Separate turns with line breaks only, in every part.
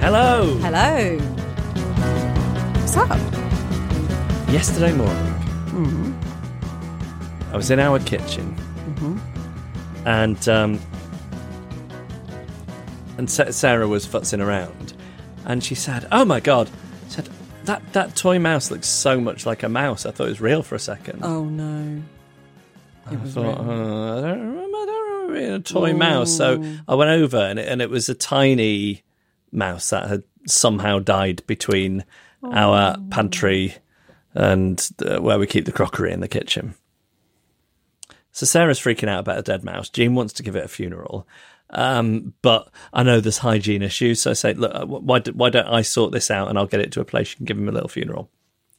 Hello.
Hello. What's up?
Yesterday morning,
Mm-hmm.
I was in our kitchen,
Mm-hmm.
and um, and Sa- Sarah was futzing around, and she said, "Oh my god!" She said that that toy mouse looks so much like a mouse. I thought it was real for a second.
Oh no.
I thought, "Uh, I don't remember, I don't remember being a toy mouse. So I went over, and it, and it was a tiny mouse that had somehow died between our
Oh.
pantry and uh, where we keep the crockery in the kitchen. So Sarah's freaking out about a dead mouse. Jean wants to give it a funeral. Um, but I know there's hygiene issues, so I say, look, uh, wh- why, do, why don't I sort this out and I'll get it to a place you can give him a little funeral.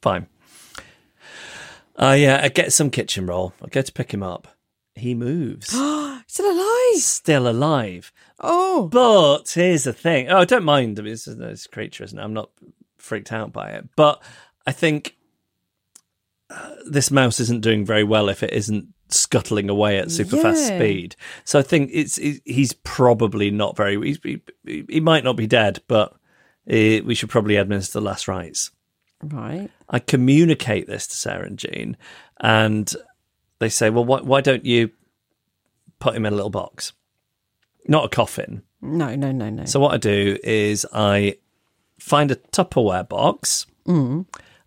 Fine. I, uh, I get some kitchen roll. I go to pick him up. He moves.
Still alive.
Still alive.
Oh.
But here's the thing. Oh, I don't mind. I mean, it's, it's a creature, isn't it? I'm not freaked out by it. But I think uh, this mouse isn't doing very well if it isn't scuttling away at super fast
Yeah.
speed. So I think it's he- he's probably not very. He's, he, he he might not be dead, but eh, we should probably administer the last rites.
Right.
I communicate this to Sarah and Jean, and they say, "Well, why, why don't you put him in a little box, not a coffin?"
No, no, no, no.
So what I do is I find a Tupperware box.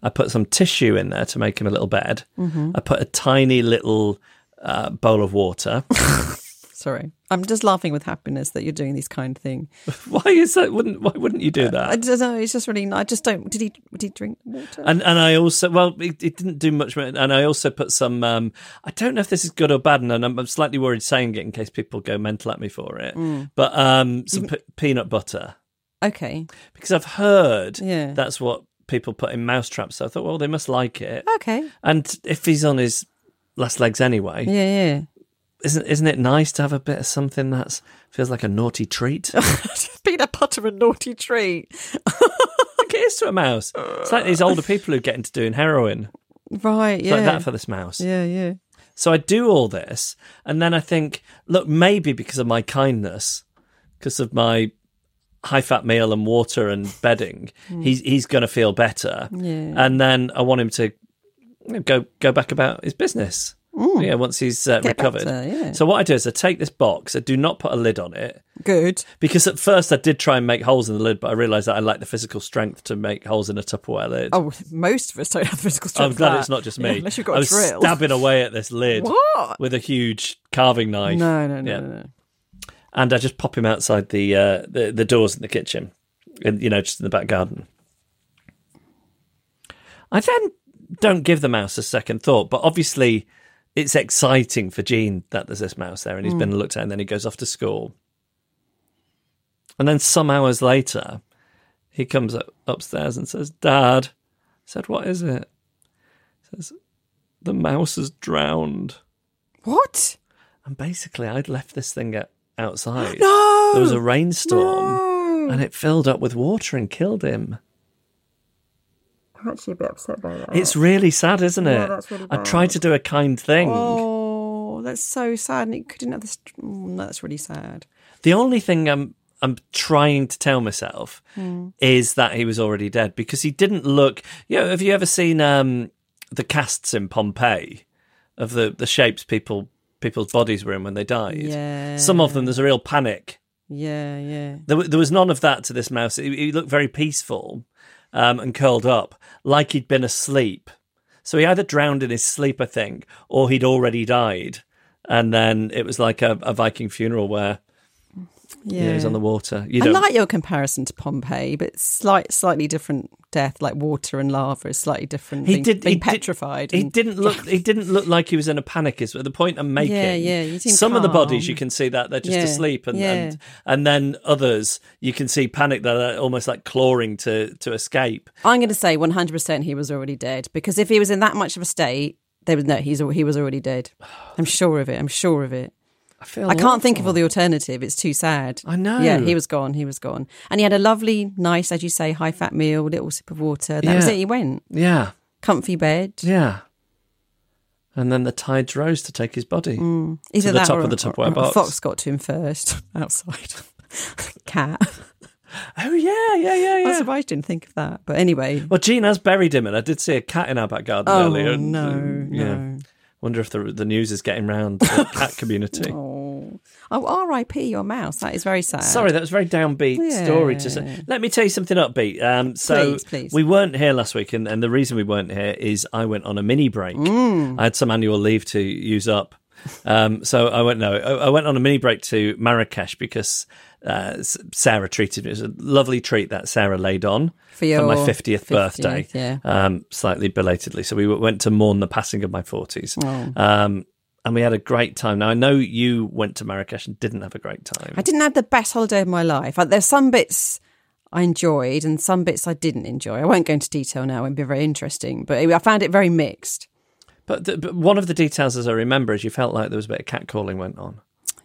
I put some tissue in there to make him a little bed. I put a tiny little uh, bowl of water.
Sorry. I'm just laughing with happiness that you're doing this kind of thing.
why is that? Wouldn't why wouldn't you do
I
that?
don't know. It's just really. I just don't. Did he? Did he drink water?
And and I also well it, it didn't do much and I also put some um I don't know if this is good or bad and I'm, I'm slightly worried saying it in case people go mental at me for it but um some p- peanut butter
Okay.
because I've heard
Yeah.
that's what people put in mouse traps so I thought well they must like it
Okay.
and if he's on his last legs anyway
Yeah, yeah.
isn't isn't it nice to have a bit of something that's feels like a naughty treat
Peanut butter and naughty treat.
like it is to a mouse it's like these older people who get into doing heroin
Right.
it's
Yeah.
like that for this mouse
yeah. Yeah.
So I do all this, and then I think, look, maybe because of my kindness, because of my high fat meal and water and bedding, he's he's going to feel better.
Hmm. Yeah.
And then I want him to you know, go go back about his business. Yeah, once he's uh,
Hmm. Get
recovered.
better, yeah.
So what I do is I take this box. I do not put a lid on it
Good.
because at first I did try and make holes in the lid, but I realised that I lack the physical strength to make holes in a Tupperware lid.
Oh, most of us don't have physical strength.
I'm glad
for that.
it's not just
Yeah,
me.
unless you've got
I
a
was
drill.
stabbing away at this lid
What?
with a huge carving knife.
No, no, no,
Yeah.
no, no.
And I just pop him outside the uh, the, the doors in the kitchen, and you know, just in the back garden. I then don't give the mouse a second thought, but obviously, it's exciting for Gene that there's this mouse there, and
Hmm.
he's been looked at, and then he goes off to school. And then some hours later, he comes up upstairs and says, "Dad," I said, "What is it?" He says, "The mouse has drowned."
What?
And basically, I'd left this thing out- outside.
No.
There was a rainstorm
No.
and it filled up with water and killed him.
I'm actually a bit upset by that.
It's really sad, isn't it?
that's really
I tried to do a kind thing.
Oh. Oh, that's so sad. And you couldn't have this. Mm, that's really sad.
The only thing I'm I'm trying to tell myself
Hmm.
is that he was already dead because he didn't look. You know, have you ever seen um, the casts in Pompeii of the the shapes people people's bodies were in when they died?
Yeah.
Some of them there's a real panic.
Yeah, yeah.
There, wa- there was none of that to this mouse. He, he looked very peaceful um, and curled up, like he'd been asleep. So he either drowned in his sleep, I think, or he'd already died. And then it was like a, a Viking funeral where you
Yeah.
know, he was on the water. You
I
don't,
like your comparison to Pompeii, but slight, slightly different death, like water and lava is slightly different.
he
being,
did
being
he did-
petrified.
he
and-
didn't look. He didn't look like he was in a panic. Is the point I'm making?
Yeah, yeah, you seem
Some of the bodies
calm.
you can see that they're just
Yeah,
asleep, and,
yeah.
and and then others you can see panic. that They're almost like clawing to to escape.
I'm going to say 100% he was already dead because if he was in that much of a state, there was no. He's al- he was already dead. I'm sure of it. I'm sure of it.
I feel.
I can't think of all the alternative. It's too sad.
I know.
Yeah, he was gone. He was gone. And he had a lovely, nice, as you say, high fat meal, little sip of water. That was
Yeah.
it. He went.
Yeah.
Comfy bed.
Yeah. And then the tides rose to take his body.
Either
to the
that
top
or-
of the
or-
Tupperware
or a
box.
Fox got to him first outside. Cat.
Oh yeah, yeah, yeah,
I
yeah.
was surprised you didn't think of that. But anyway,
well, Jean has buried him, and I did see a cat in our back garden
Oh,
earlier. and,
no,
um, yeah.
no.
Wonder if the the news is getting round the cat community.
oh, oh, R.I.P. Your mouse. That is very sad.
Sorry, that was a very downbeat story to
Yeah.
say. Let me tell you something upbeat. Um, so
Please, please.
we weren't here last week, and, and the reason we weren't here is I went on a mini break.
Mm.
I had some annual leave to use up. Um, so I went no, I, I went on a mini break to Marrakesh because uh, S- Sarah treated me. It was a lovely treat that Sarah laid on
For your
my fiftieth
50th,
birthday,
yeah.
um, slightly belatedly. So we went to mourn the passing of my forties.
Oh.
Um, and we had a great time. Now I know you went to Marrakesh and didn't have a great time.
I didn't have the best holiday of my life. Like, there's some bits I enjoyed and some bits I didn't enjoy. I won't go into detail now; it would be very interesting. But it, I found it very mixed.
But, the, but one of the details, as I remember, is you felt like there was a bit of catcalling went on.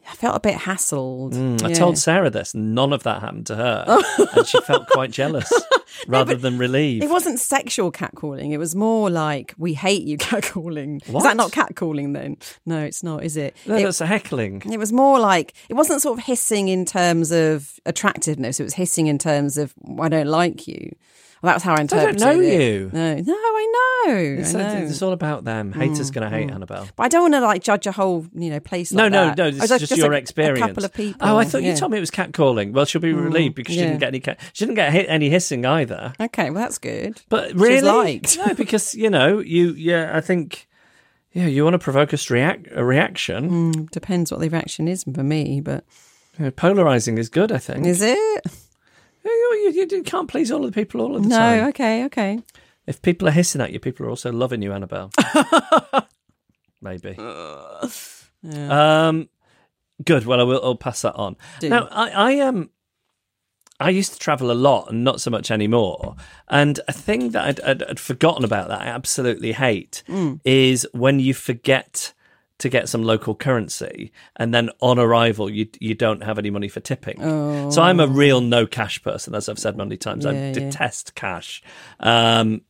I felt a bit hassled.
Mm, I
Yeah. Oh.
told Sarah this. None of that happened to her, and she felt quite jealous rather than relieved.
it wasn't sexual catcalling. It was more like we hate you catcalling. Is
What?
that not catcalling then? No, it's not, is it?
no,
it
that's a heckling.
it was more like it wasn't sort of hissing in terms of attractiveness. It was hissing in terms of I don't like you. Well, that was how I
don't
interpreted
know
it.
you.
No, no, I know. I
It's,
know. Mm,
it's all about them. Haters going to hate Annabelle.
But I don't want to like judge a whole you know place.
No,
like
no,
that.
no.
I
This
was
is just, your
a,
experience.
A couple of people.
Oh, I thought
yeah. Mm,
you told me it was catcalling. Well, she'll be relieved because she
yeah.
didn't get any. Cat- she didn't get hit, any hissing either.
Okay, well that's good.
But
She was
really,
liked.
no, because you know, you yeah, I think yeah, you want to provoke us react a reaction.
Mm. Depends what the reaction is for me, but
Yeah, polarizing is good, I think.
is it?
Yeah, You, you, you can't please all of the people all of the
No.
time.
Okay. Okay.
If people are hissing at you, people are also loving you, Annabelle. Maybe. Um, good. Well, I will. I'll pass that on. Now, I, I um, I used to travel a lot, and not so much anymore. And a thing that I'd, I'd, I'd forgotten about that I absolutely hate is when you forget to get some local currency, and then on arrival you you don't have any money for tipping. So I'm a real no cash person, as I've said many times. I detest cash. Um,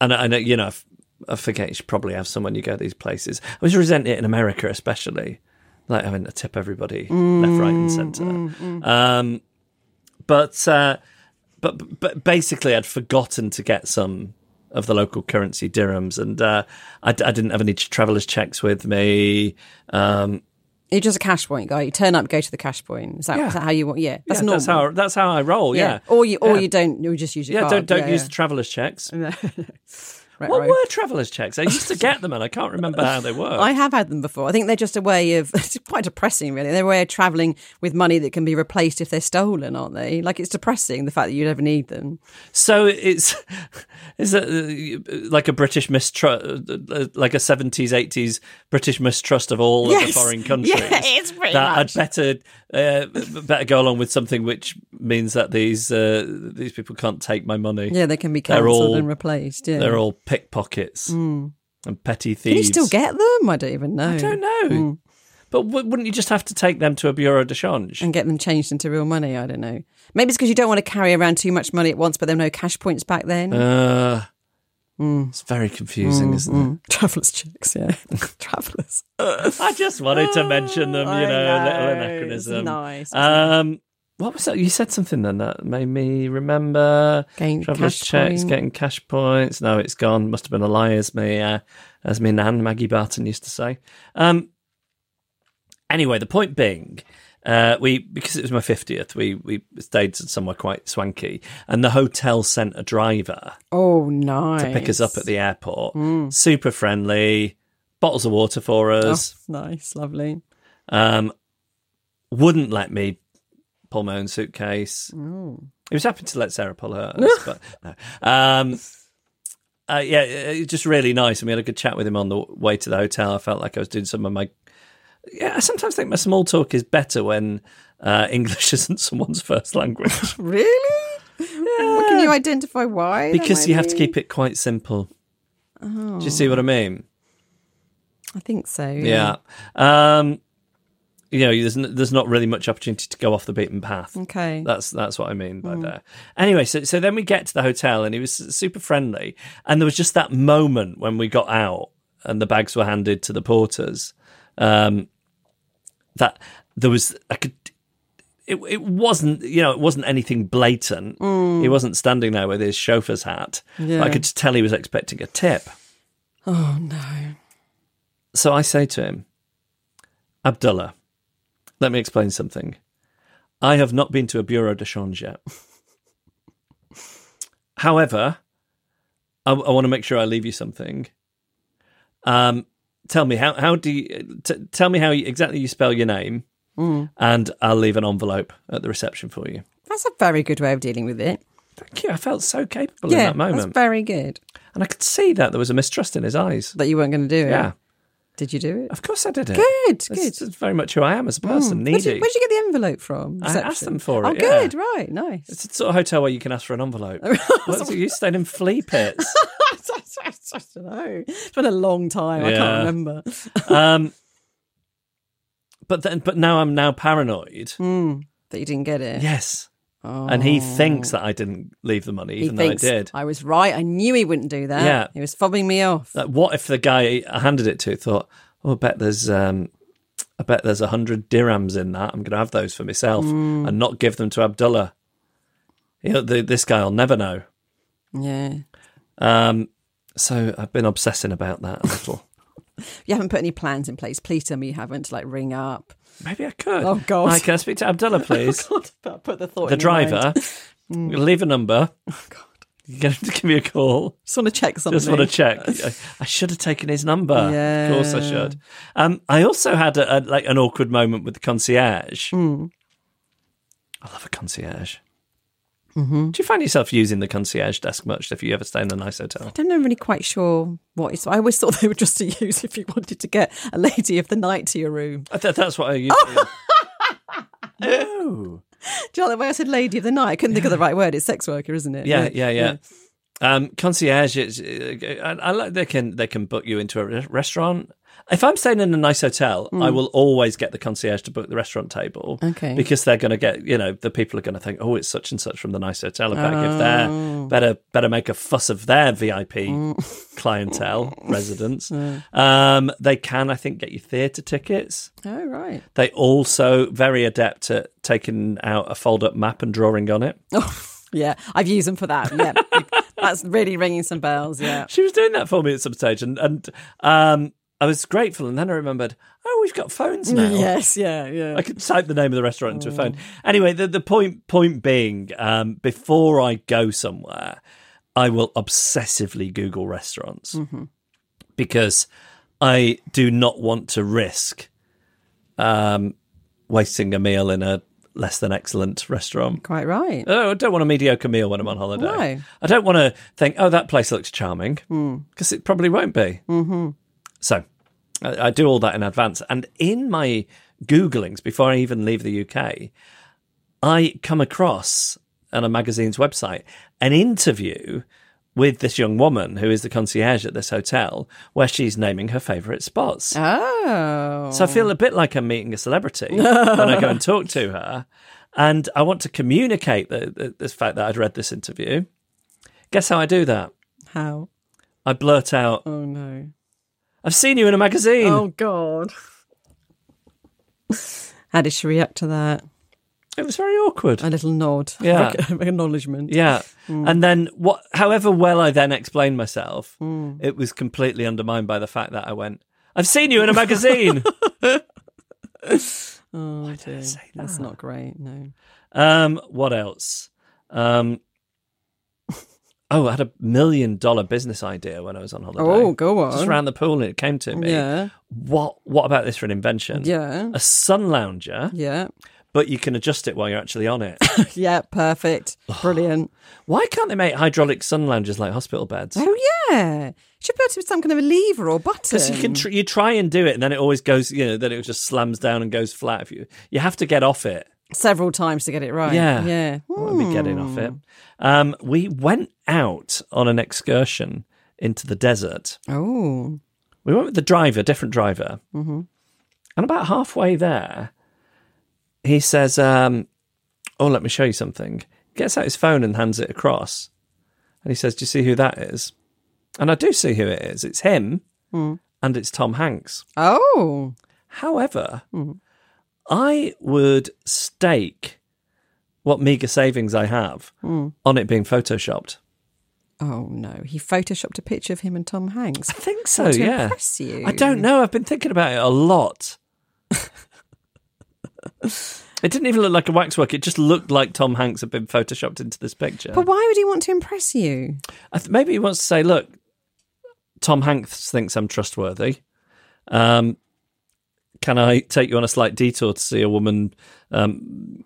and I, and I you know, I f- I forget you should probably have someone you go to these places. I always resent it in America, especially like having to tip everybody left, right, and centre.
Mm,
Um, but uh, but but basically, I'd forgotten to get some of the local currency dirhams, and uh, I, d- I didn't have any travellers' checks with me. Um,
You're just a cash point guy. You turn up, go to the cash point. Is that,
Yeah.
is that how you want? Yeah, that's
yeah,
normal.
that's how that's how I roll. Yeah,
Or you, or
Yeah.
you don't. You just use your
Yeah, don't
card.
don't
Yeah,
use
yeah.
the travellers' checks.
Right,
What
right.
were travellers' checks? I used to get them, and I can't remember how they were.
I have had them before. I think they're just a way of it's quite depressing, really. They're a way of traveling with money that can be replaced if they're stolen, aren't they? Like it's depressing the fact that you never need them.
So it's is that uh, you- like a British mistrust, like a seventies, eighties British mistrust of all of the
Yes.
foreign countries.
Yeah, it's pretty
that
much.
I'd better uh, b- better go along with something which means that these uh, these people can't take my money.
Yeah, they can be
They're all-
cancelled and replaced. Yeah,
They're all pickpockets and petty
Hmm. Can you
thieves.
still get Hmm. them? I don't even know.
I don't know. But w- wouldn't you just have to take them to a bureau de change?
And get them changed into real money. I don't know. Maybe it's because you don't want to carry around too much money at once, but there are no cash points back then.
Uh, It's very confusing,
Hmm,
isn't it?
Travelers checks, yeah. Travelers.
I just wanted to mention them,
I
you know, a little
know,
anachronism.
it's nice, isn't
Um, what was that? You said something then that made me remember
Getting
travelers
cash
checks,
point.
getting cash points. No, it's gone. Must have been a lie, as me, uh, as me nan Maggie Barton used to say. Um, anyway, the point being. Uh, we because it was my fiftieth, we we stayed somewhere quite swanky, and the hotel sent a driver
Oh, nice.
to pick us up at the airport.
Hmm.
Super friendly, bottles of water for
Oh.
us.
Nice, lovely.
Um, wouldn't let me pull my own suitcase.
Oh.
He was happy to let Sarah pull hers, but no. Um, uh, yeah, it- it- just really nice. And we had a good chat with him on the way to the hotel. I felt like I was doing some of my. Yeah, I sometimes think my small talk is better when uh, English isn't someone's first language
Really? Well, Can you identify why? that
because
might
you have to
be?
keep it quite simple. Do you see what I mean?
I think so.
Yeah. Um, you know, there's n- there's not really much opportunity to go off the beaten path.
Okay. Mm.
That's that's what I mean by there. Anyway, so so then we get to the hotel and he was super friendly, and there was just that moment when we got out and the bags were handed to the porters, um, that there was I could. It, it wasn't you know it wasn't anything blatant. He wasn't standing there with his chauffeur's hat. But I
Mm. Yeah.
could just tell he was expecting a tip.
Oh no.
So I say to him, Abdullah, let me explain something. I have not been to a bureau de change yet. However, I, want to make sure I leave you something. Um, tell me how how do you t- tell me how you, exactly you spell your name, and I'll leave an envelope at the reception for you.
That's a very good way of dealing with it.
Thank you. I felt so capable
yeah,
in that moment,
that's very good.
and I could see that there was a mistrust in his eyes.
That you weren't going to do it.
Yeah,
Did you do it?
of course I did it.
Good,
That's, Mm.
good.
that's very much who I am as a person.
Where did,
Needy.
you, where'd you get the envelope from?
I asked them for
Oh,
it, yeah.
good. Right. Nice.
It's a sort of hotel where you can ask for an envelope. What, you stayed in flea pits.
I don't know. It's been a long time. I
Yeah.
can't remember.
Um, but then, but now I'm now paranoid.
Hmm. That you didn't get it.
Yes, and he thinks that I didn't leave the money,
Oh. He
even
thinks
though I did.
was right. I knew he wouldn't do that.
Yeah.
He was fobbing me off.
Like, what if the guy I handed it to thought, "Oh, I bet there's, um, I bet there's a hundred dirhams in that. I'm going to have those for myself
Hmm.
and not give them to Abdullah." He'll- the, this guy will never know.
yeah.
Um, so I've been obsessing about that a little.
You haven't put any plans in place. Please tell me you haven't to like ring up.
Maybe I could.
Oh, God.
Hi, can I speak to Abdullah, please?
God, but put the thought.
the
in your mind. Mm. Oh,
driver. Leave a number. You get him to give me a call.
Just want to check something.
Just want to check. I, I should have taken his number. Of course, I
Yeah.
should. Um, I also had a, a, like an awkward moment with the concierge.
Hmm.
I love a concierge.
Mm-hmm.
Do you find yourself using the concierge desk much if you ever stay in a nice hotel?
I don't know, really quite sure what it's. I always thought they were just to use if you wanted to get a lady of the night to your room.
I th- that's what I used. to do. no.
Do you know the way I said lady of the night? I couldn't think of the right word. It's sex worker, isn't it?
yeah, yeah, yeah. Um, concierge, it's, uh, I, I like they can they can book you into a re- restaurant. If I'm staying in a nice hotel, I will always get the concierge to book the restaurant table.
Okay.
because they're going to get you know the people are going to think, oh, it's such and such from the nice hotel. I better give their better better make a fuss of their VIP clientele residents. Um, they can, I think, get you theatre tickets.
Oh right.
They also very adept at taking out a fold up map and drawing on it.
Yeah, I've used them for that. Yeah, that's really ringing some bells. Yeah.
she was doing that for me at some stage, and and um, I was grateful. And then I remembered, oh, we've got phones now.
Yes. Yeah. Yeah.
I could type the name of the restaurant into a phone. Anyway, the, the point point being, um, before I go somewhere, I will obsessively Google restaurants because I do not want to risk um, wasting a meal in a less than excellent restaurant.
Quite right.
Oh, I don't want a mediocre meal when I'm on holiday.
No.
I don't want to think, oh, that place looks charming, because it probably won't be. Mm-hmm. So I, I do all that in advance. And in my Googlings, before I even leave the UK, I come across on a magazine's website an interview with this young woman who is the concierge at this hotel where she's naming her favourite spots. Ah.
Oh.
So I feel a bit like I'm meeting a celebrity when I go and talk to her. And I want to communicate the, the, the fact that I'd read this interview. Guess how I do that?
How?
I blurt out,
Oh no.
I've seen you in a magazine.
Oh god. How did she react to that?
It was very awkward.
A little nod.
Yeah.
Acknowledgement.
Yeah.
Hmm.
And then what however well I then explained myself,
Hmm.
it was completely undermined by the fact that I went, I've seen you in a magazine.
Oh, dear. That's not great. No.
um, what else? Um Oh, I had a million dollar business idea when I was on holiday.
Oh, go on.
Just around the pool and it came to me.
Yeah.
What what about this for an invention?
Yeah.
A sun lounger,
Yeah.
but you can adjust it while you're actually on it.
Yeah. Perfect. Brilliant.
Why can't they make hydraulic sun loungers like hospital beds?
Oh yeah. Should be able to put some kind of a lever or button.
Because you can tr- you try and do it, and then it always goes. You know, then it just slams down and goes flat. If you you have to get off it.
several times to get it right.
Yeah,
Yeah.
I won't be getting off it.
Hmm.
Um, we went out on an excursion into the desert.
Oh.
We went with the driver, different driver, mm-hmm. and about halfway there, he says, um, "Oh, let me show you something." Gets out his phone and hands it across, and he says, "Do you see who that is?" And I do see who it is. It's him, and it's Tom Hanks.
Oh.
However, I would stake what meager savings I have on it being photoshopped.
Oh no. He photoshopped a picture of him and Tom Hanks.
I think so.
Want to
yeah.
impress you.
I don't know. I've been thinking about it a lot. it didn't even look like a waxwork. It just looked like Tom Hanks had been photoshopped into this picture.
But why would he want to impress you?
I th- maybe he wants to say, "Look, Tom Hanks thinks I'm trustworthy. Um, can I take you on a slight detour to see a woman um,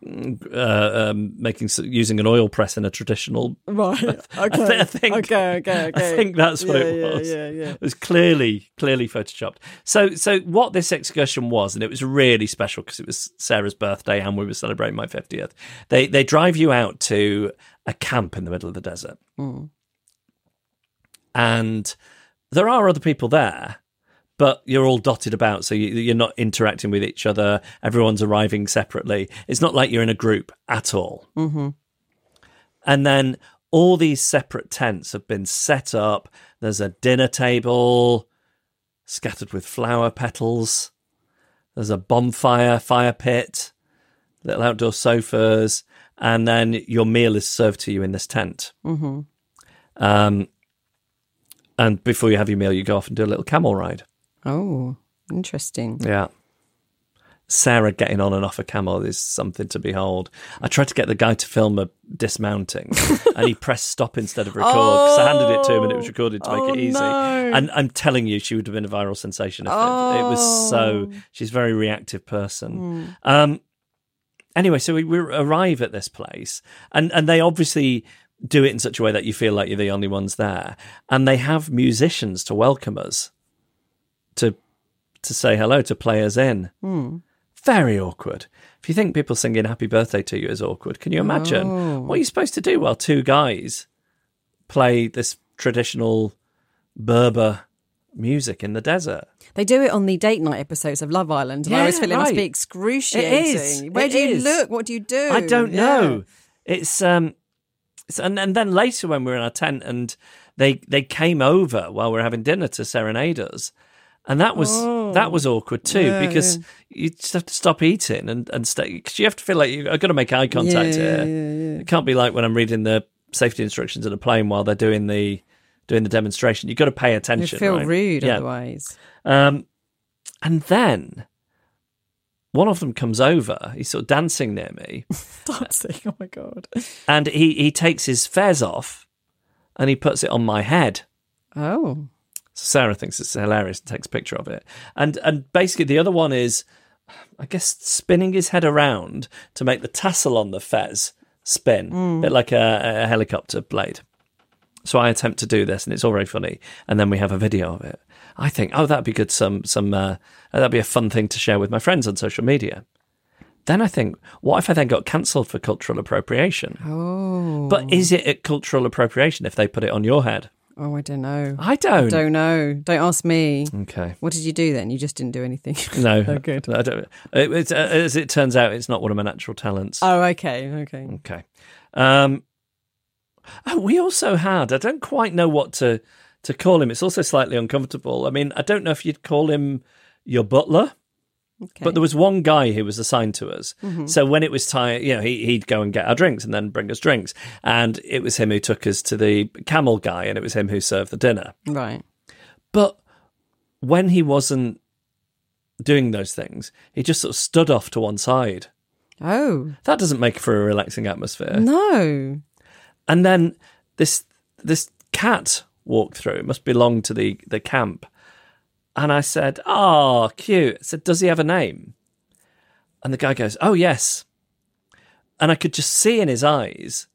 uh, um, making s- using an oil press in a traditional?"
Right. Okay.
I, thi- I think. I think that's what
Yeah,
it was.
Yeah, yeah, yeah.
It was clearly, clearly photoshopped. So, so what this excursion was, and it was really special because it was Sarah's birthday and we were celebrating my fiftieth. They they drive you out to a camp in the middle of the desert,
Mm.
and there are other people there, but you're all dotted about, so you, you're not interacting with each other. Everyone's arriving separately. It's not like you're in a group at all. Mm-hmm. And then all these separate tents have been set up. There's a dinner table scattered with flower petals. There's a bonfire, fire pit, little outdoor sofas, and then your meal is served to you in this tent. Mm-hmm. Um, and before you have your meal, you go off and do a little camel ride.
Oh, interesting.
Yeah. Sarah getting on and off a camel is something to behold. I tried to get the guy to film a dismounting and he pressed stop instead of record because I handed it to him and it was recorded to make
Oh,
it easy.
no.
And I'm telling you, she would have been a viral sensation if it, it was
Oh.
so. She's a very reactive person.
Mm.
Um, anyway, so we, we arrive at this place, and and they obviously do it in such a way that you feel like you're the only ones there, and they have musicians to welcome us, to to say hello, to play us in. Very awkward. If you think people singing "Happy Birthday" to you is awkward, can you imagine what are you supposed to do while two guys play this traditional Berber music in the desert?
They do it on the date night episodes of Love Island, and I always
Yeah,
feel it must
right.
be
It is.
excruciating. Where
It
do you
is.
look? What do you do?
I don't
Yeah.
know. It's um, it's, and and then later when we were in our tent and they they came over while we were having dinner to serenade us, and that was that was awkward too
Oh, Yeah,
because you just have to stop eating and and stay because you have to feel like you- I've got to make eye contact
Yeah,
here. It can't be like when I'm reading the safety instructions in a plane while they're doing the doing the demonstration. You've got to pay
You
attention.
feel
right?
rude
Yeah.
otherwise.
Um, and then one of them comes over. He's sort of dancing near me,
Dancing. Oh my god.
and he he takes his fez off, and he puts it on my head.
Oh.
So Sarah thinks it's hilarious and takes a picture of it. And and basically the other one is, I guess, spinning his head around to make the tassel on the fez spin,
Hmm.
a bit like a, a helicopter blade. So I attempt to do this, and it's all very funny. And then we have a video of it. I think, oh, that'd be good. Some some uh, that'd be a fun thing to share with my friends on social media. Then I think, what if I then got cancelled for cultural appropriation?
Oh.
But is it a cultural appropriation if they put it on your head?
Oh, I don't know.
I don't.
Don't know. Don't ask me.
Okay.
What did you do then? You just didn't do anything.
No,
Oh, good.
I don't, it, it's, uh, as it turns out, it's not one of my natural talents.
oh, okay. Okay.
Mm. okay. Um, oh, we also had. I don't quite know what to to call him. It's also slightly uncomfortable. I mean, I don't know if you'd call him your butler. But there was one guy who was assigned to us.
Mm-hmm.
So when it was time, you know, he, he'd go and get our drinks and then bring us drinks. And it was him who took us to the camel guy and it was him who served the dinner.
Right.
But when he wasn't doing those things, he just sort of stood off to one side.
Oh,
That doesn't make for a relaxing atmosphere.
no.
And then this this cat walked through. It must belong to the, the camp. And I said, "Ah, cute." I said, "Does he have a name?" And the guy goes, "Oh, yes." And I could just see in his eyes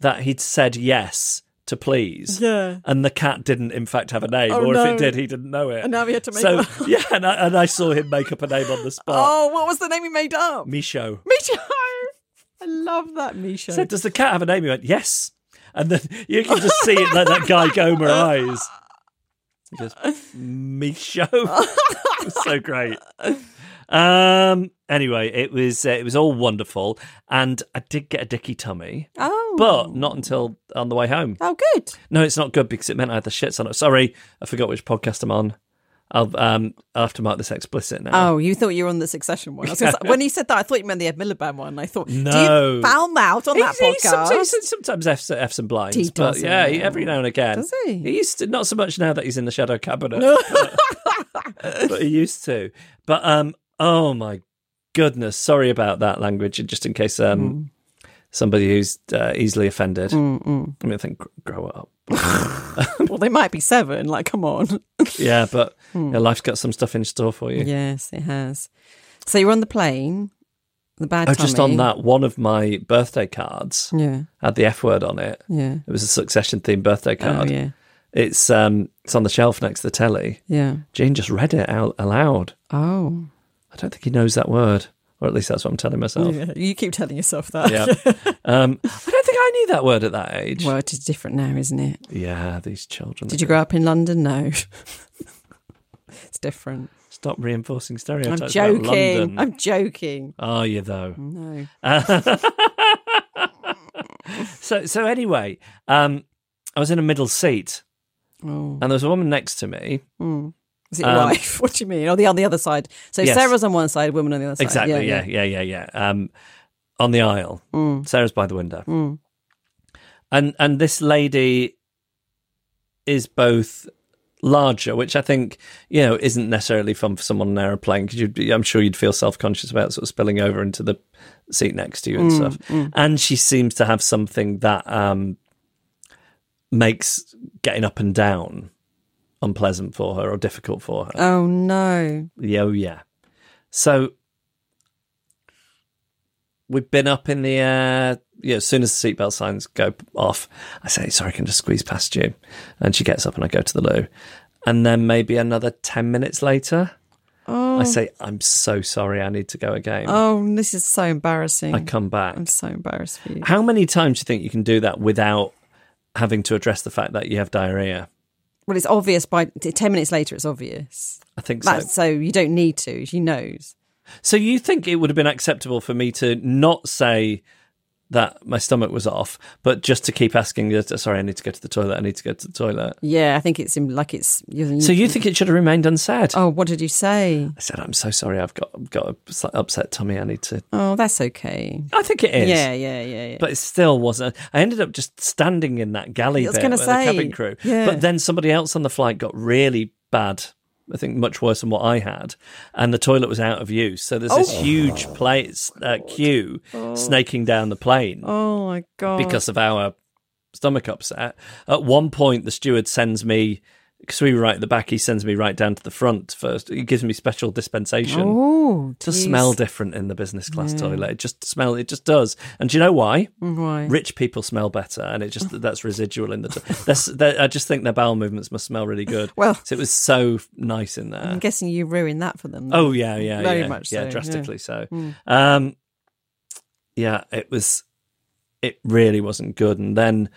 that he'd said yes to please.
Yeah.
And the cat didn't, in fact, have a name,
Oh,
or if
no.
it did, he didn't know it.
And now he had to make
so,
one.
yeah, and I, and I saw him make up a name on the spot.
Oh, what was the name he made up?
Micho.
Micho. I love that Micho.
said, "Does the cat have a name?" He went, "Yes." And then you can just see it like that guy Gomer eyes. He goes, "Micho," It was so great. Um. Anyway, it was uh, it was all wonderful, and I did get a dicky tummy,
oh,
but not until on the way home.
oh, good.
No, it's not good because it meant I had the shits on it. Sorry, I forgot which podcast I'm on. I'll um I have to mark this explicit now.
Oh, you thought you were on the Succession one. I was gonna say- when you said that, I thought you meant the Ed Miliband one. I thought, do
No.
you foul mouth on that
He's- he's
podcast?
sometimes, sometimes F's, F's and blinds,
He
but
does,
yeah,
yeah.
every now and again.
Does he?
used to, not so much now that he's in the shadow cabinet, but, but he used to. But um, oh my goodness, sorry about that language. and Just in case um,
Mm.
somebody who's uh, easily offended, I mean, I think gr- grow up.
well, they might be seven. Like, come on.
yeah, but
Mm.
you know, life's got some stuff in store for you.
yes, it has. So you're on the plane. The bad.
Oh, just
tummy.
on that, one of my birthday cards
Yeah.
had the F word on it.
Yeah.
It was a succession themed birthday card.
Oh, yeah.
It's um, it's on the shelf next to the telly.
Yeah.
Jane just read it out aloud.
Oh.
I don't think he knows that word, or at least that's what I'm telling myself.
Yeah. You keep telling yourself that.
Yeah. um, I don't think I knew that word at that age.
Well, it is different now, isn't it?
yeah, these children.
Did you grow up in London? No. it's different.
Stop reinforcing
I'm
stereotypes. About
joking.
London.
I'm Mm. joking.
Are you though?
No.
So so anyway, um, I was in a middle seat,
Oh.
and there was a woman next to me.
Is it your
Um,
wife? What do you mean? Oh, the on the other side. So
Yes.
Sarah's on one side, woman on the other side.
Exactly. Yeah. Yeah. Mm. Yeah. Yeah. Um, on the aisle. Sarah's by the window. And and this lady is both larger, which I think you know isn't necessarily fun for someone on an aeroplane because you'd be, I'm sure you'd feel self conscious about sort of spilling over into the seat next to you and stuff. And she seems to have something that um, makes getting up and down unpleasant for her or difficult for her.
Oh no.
Yeah, oh, yeah. So we've been up in the air. Yeah, as soon as the seatbelt signs go off, I say, "Sorry, can I just squeeze past you?" And she gets up, and I go to the loo. And then maybe another ten minutes later, I say, "I'm so sorry, I need to go again."
Oh, this is so embarrassing.
I come back.
I'm so embarrassed for you.
How many times do you think you can do that without having to address the fact that you have diarrhea?
Well, it's obvious by t- ten minutes later. It's obvious.
I think so.
That's, so you don't need to. She knows.
So you think it would have been acceptable for me to not say that my stomach was off, but just to keep asking, sorry, I need to go to the toilet, I need to go to the toilet.
Yeah, I think it's in, like it's. You,
So you think it should have remained unsaid?
Mm-hmm. Oh, what did you say?
I said, I'm so sorry, I've got I've got a slight upset tummy, I need to.
Oh, that's okay.
I think it is.
Mm. Yeah, yeah, yeah, yeah.
But it still wasn't. I ended up just standing in that galley
I was
bit
gonna
with
say,
the cabin crew.
yeah.
But then somebody else on the flight got really bad. I think much worse than what I had, and the toilet was out of use. So there's
Oh.
this huge place uh, queue snaking down the plane.
oh my god.
because of our stomach upset. At one point, the steward sends me because we were right at the back. He sends me right down to the front first. He gives me special dispensation
oh,
to
geez.
smell different in the business class toilet. It just smell. It just does. And do you know why?
Why?
Rich people smell better, and it just that's residual in the. That's, that, I just think their bowel movements must smell really good.
Well-
so it was so nice in there.
I'm guessing you ruined that for them.
Oh yeah, yeah,
Very
yeah,
much so,
yeah,
yeah. Hmm.
drastically so. Um, yeah, it was. It really wasn't good. And then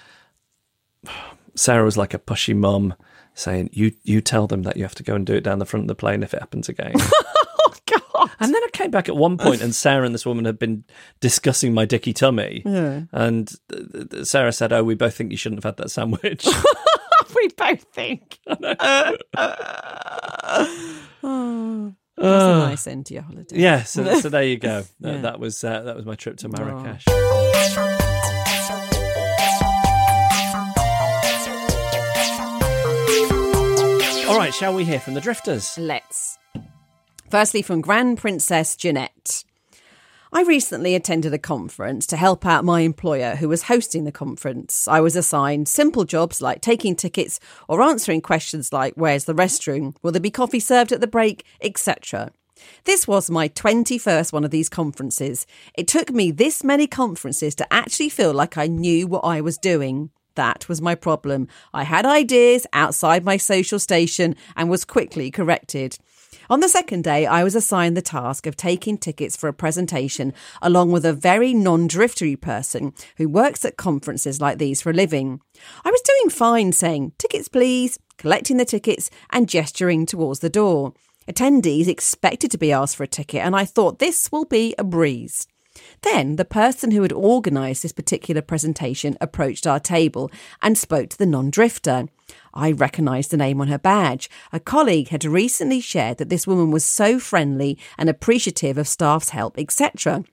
Sarah was like a pushy mum, saying, "You you tell them that you have to go and do it down the front of the plane if it happens again."
God.
and then I came back at one point, and Sarah and this woman had been discussing my dicky tummy,
Yeah.
and th- th- Sarah said, "Oh, we both think you shouldn't have had that sandwich."
we both think. That's a nice end to your holiday.
Yeah, so, so there you go. That, that was uh, that was my trip to Marrakesh. All right, shall we hear from the Drifters?
Let's. Firstly, from Grand Princess Jeanette. I recently attended a conference to help out my employer who was hosting the conference. I was assigned simple jobs like taking tickets or answering questions like where's the restroom, will there be coffee served at the break, etc. This was my 21st one of these conferences. It took me this many conferences to actually feel like I knew what I was doing. That was my problem. I had ideas outside my social station and was quickly corrected. On the second day, I was assigned the task of taking tickets for a presentation along with a very non driftery person who works at conferences like these for a living. I was doing fine saying, tickets please, collecting the tickets, and gesturing towards the door. Attendees expected to be asked for a ticket, and I thought this will be a breeze. Then the person who had organised this particular presentation approached our table and spoke to the non drifter. I recognised the name on her badge. A colleague had recently shared that this woman was so friendly and appreciative of staff's help, etc.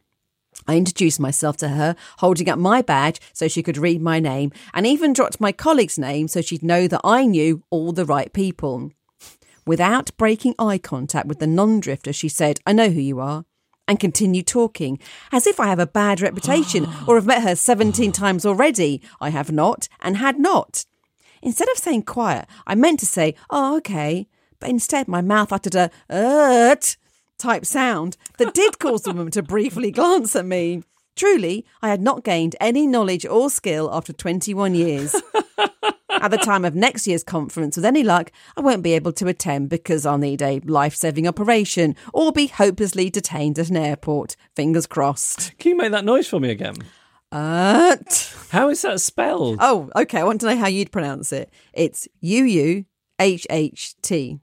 I introduced myself to her, holding up my badge so she could read my name, and even dropped my colleague's name so she'd know that I knew all the right people. Without breaking eye contact with the non drifter, she said, I know who you are, and continued talking, as if I have a bad reputation or have met her 17 times already. I have not and had not. Instead of saying quiet, I meant to say, oh, okay, but instead my mouth uttered a "urt" type sound that did cause the woman to briefly glance at me. Truly, I had not gained any knowledge or skill after 21 years. At the time of next year's conference, with any luck, I won't be able to attend because I'll need a life saving operation or be hopelessly detained at an airport. Fingers crossed.
Can you make that noise for me again?
But.
How is that spelled?
Oh, okay. I want to know how you'd pronounce it. It's U U H H T.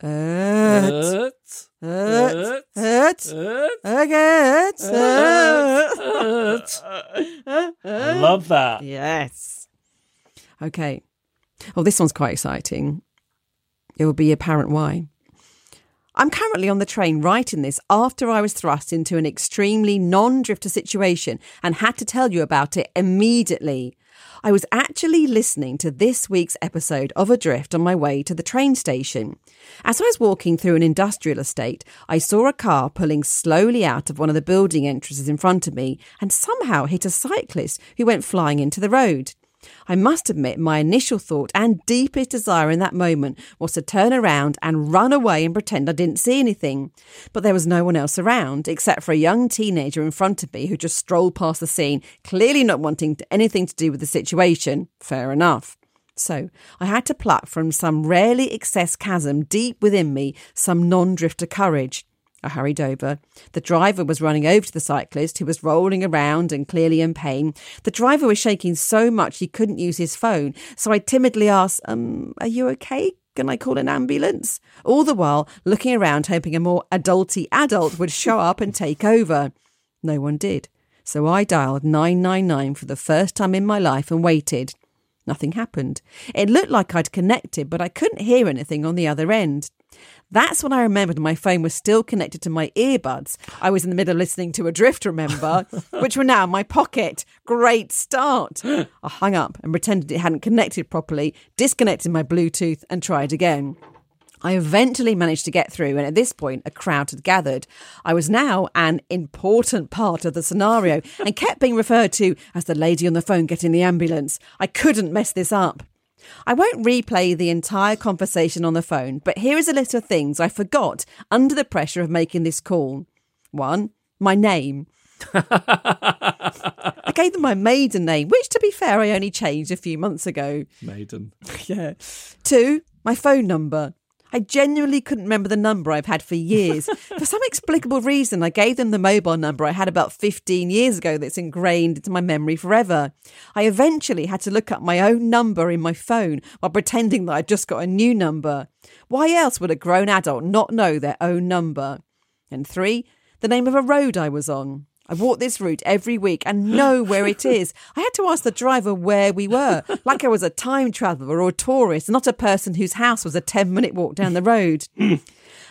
Hurt.
Ert.
Hurt.
Ert.
Hurt.
Ert.
Hurt. Hurt.
Ert. I love that.
Yes. Okay. Oh, this one's quite exciting. It will be apparent why. I'm currently on the train writing this after I was thrust into an extremely non drifter situation and had to tell you about it immediately. I was actually listening to this week's episode of Adrift on my way to the train station. As I was walking through an industrial estate, I saw a car pulling slowly out of one of the building entrances in front of me and somehow hit a cyclist who went flying into the road. I must admit, my initial thought and deepest desire in that moment was to turn around and run away and pretend I didn't see anything. But there was no one else around, except for a young teenager in front of me who just strolled past the scene, clearly not wanting to- anything to do with the situation. Fair enough. So I had to pluck from some rarely accessed chasm deep within me some non drifter courage. I hurried over. The driver was running over to the cyclist, who was rolling around and clearly in pain. The driver was shaking so much he couldn't use his phone, so I timidly asked, Um, are you okay? Can I call an ambulance? All the while looking around, hoping a more adulty adult would show up and take over. No one did. So I dialed 999 for the first time in my life and waited. Nothing happened. It looked like I'd connected, but I couldn't hear anything on the other end. That's when I remembered my phone was still connected to my earbuds. I was in the middle of listening to Adrift, remember, which were now in my pocket. Great start. I hung up and pretended it hadn't connected properly, disconnected my Bluetooth, and tried again. I eventually managed to get through, and at this point, a crowd had gathered. I was now an important part of the scenario and kept being referred to as the lady on the phone getting the ambulance. I couldn't mess this up. I won't replay the entire conversation on the phone, but here is a list of things I forgot under the pressure of making this call. One, my name. I gave them my maiden name, which, to be fair, I only changed a few months ago.
Maiden.
Yeah. Two, my phone number. I genuinely couldn't remember the number I've had for years. for some explicable reason, I gave them the mobile number I had about 15 years ago that's ingrained into my memory forever. I eventually had to look up my own number in my phone while pretending that I'd just got a new number. Why else would a grown adult not know their own number? And three, the name of a road I was on. I walk this route every week and know where it is. I had to ask the driver where we were, like I was a time traveller or a tourist, not a person whose house was a 10 minute walk down the road.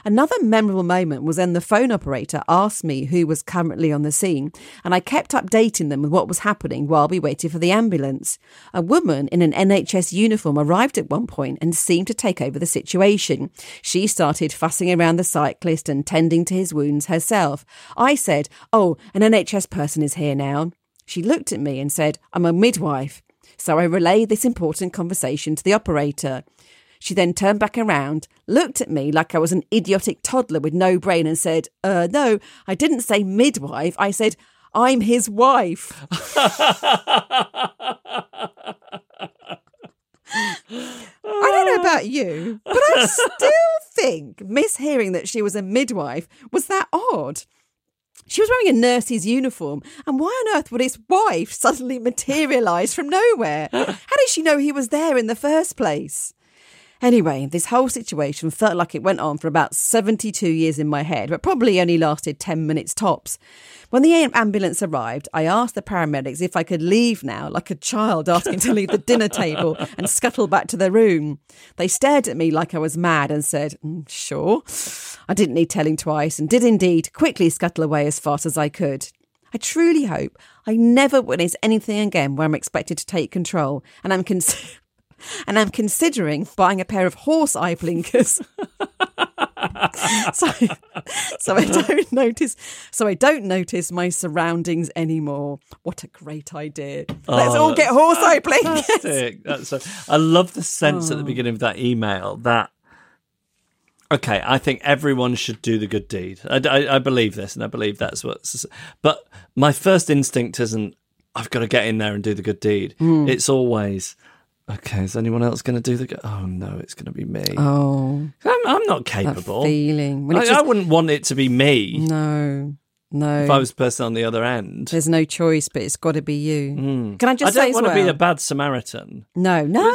Another memorable moment was when the phone operator asked me who was currently on the scene, and I kept updating them with what was happening while we waited for the ambulance. A woman in an NHS uniform arrived at one point and seemed to take over the situation. She started fussing around the cyclist and tending to his wounds herself. I said, Oh, an NHS person is here now. She looked at me and said, I'm a midwife. So I relayed this important conversation to the operator. She then turned back around, looked at me like I was an idiotic toddler with no brain, and said, Uh, no, I didn't say midwife. I said, I'm his wife. I don't know about you, but I still think mishearing that she was a midwife was that odd. She was wearing a nurse's uniform, and why on earth would his wife suddenly materialise from nowhere? How did she know he was there in the first place? Anyway, this whole situation felt like it went on for about 72 years in my head, but probably only lasted 10 minutes tops. When the am- ambulance arrived, I asked the paramedics if I could leave now, like a child asking to leave the dinner table and scuttle back to their room. They stared at me like I was mad and said, "Mm, Sure. I didn't need telling twice and did indeed quickly scuttle away as fast as I could. I truly hope I never witness anything again where I'm expected to take control and I'm concerned and I'm considering buying a pair of horse eye blinkers. so, so I don't notice. So I don't notice my surroundings anymore. What a great idea! Let's all get horse eye blinkers.
Oh, Fantastic. That's a, I love the sense
Oh.
at the beginning of that email that, okay, I think everyone should do the good deed. I, I- I believe this and I believe that's what's. But my first instinct isn't, I've got to get in there and do the good deed.
Hmm.
It's always, okay, is anyone else going to do the good? Oh, no, it's going to be me.
Oh,
I'm, I'm not
that
capable. I,
feeling when it's
I
just
wouldn't want it to be me
no, no.
if I was the person on the other end.
there's no choice, but it's got to be you. Can I
Hmm. I
just say
don't
as
want
well?
to be a bad Samaritan.
no, no.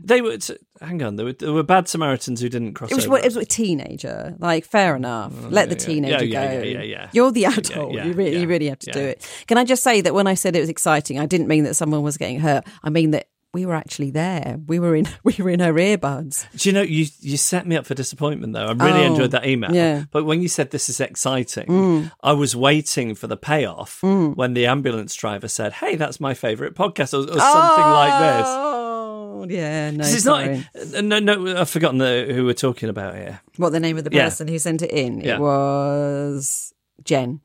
They were. T- hang on, there were, there were bad Samaritans who didn't cross
It was,
over.
it was a teenager. Like, fair enough. Let the
Mm, yeah, yeah.
teenager
Yeah, yeah,
go.
yeah, yeah.
You're the adult.
yeah,
you really,
yeah,
you really have to do
yeah.
it. Can I just say that when I said it was exciting, I didn't mean that someone was getting hurt. I mean that we were actually there. We were in, we were in her earbuds.
Do you know you you set me up for disappointment though? I really
Oh,
enjoyed that email.
yeah. Mm.
But when you said this is exciting, I was waiting for the payoff when the ambulance driver said, "Hey, that's my favorite podcast," or, or something like this.
Oh, yeah. No,
'Cause It's
sorry.
not. uh, No, no, I've forgotten the, who we're talking about here.
What the name of the
Yeah.
person who sent it in?
Yeah.
It was Jen.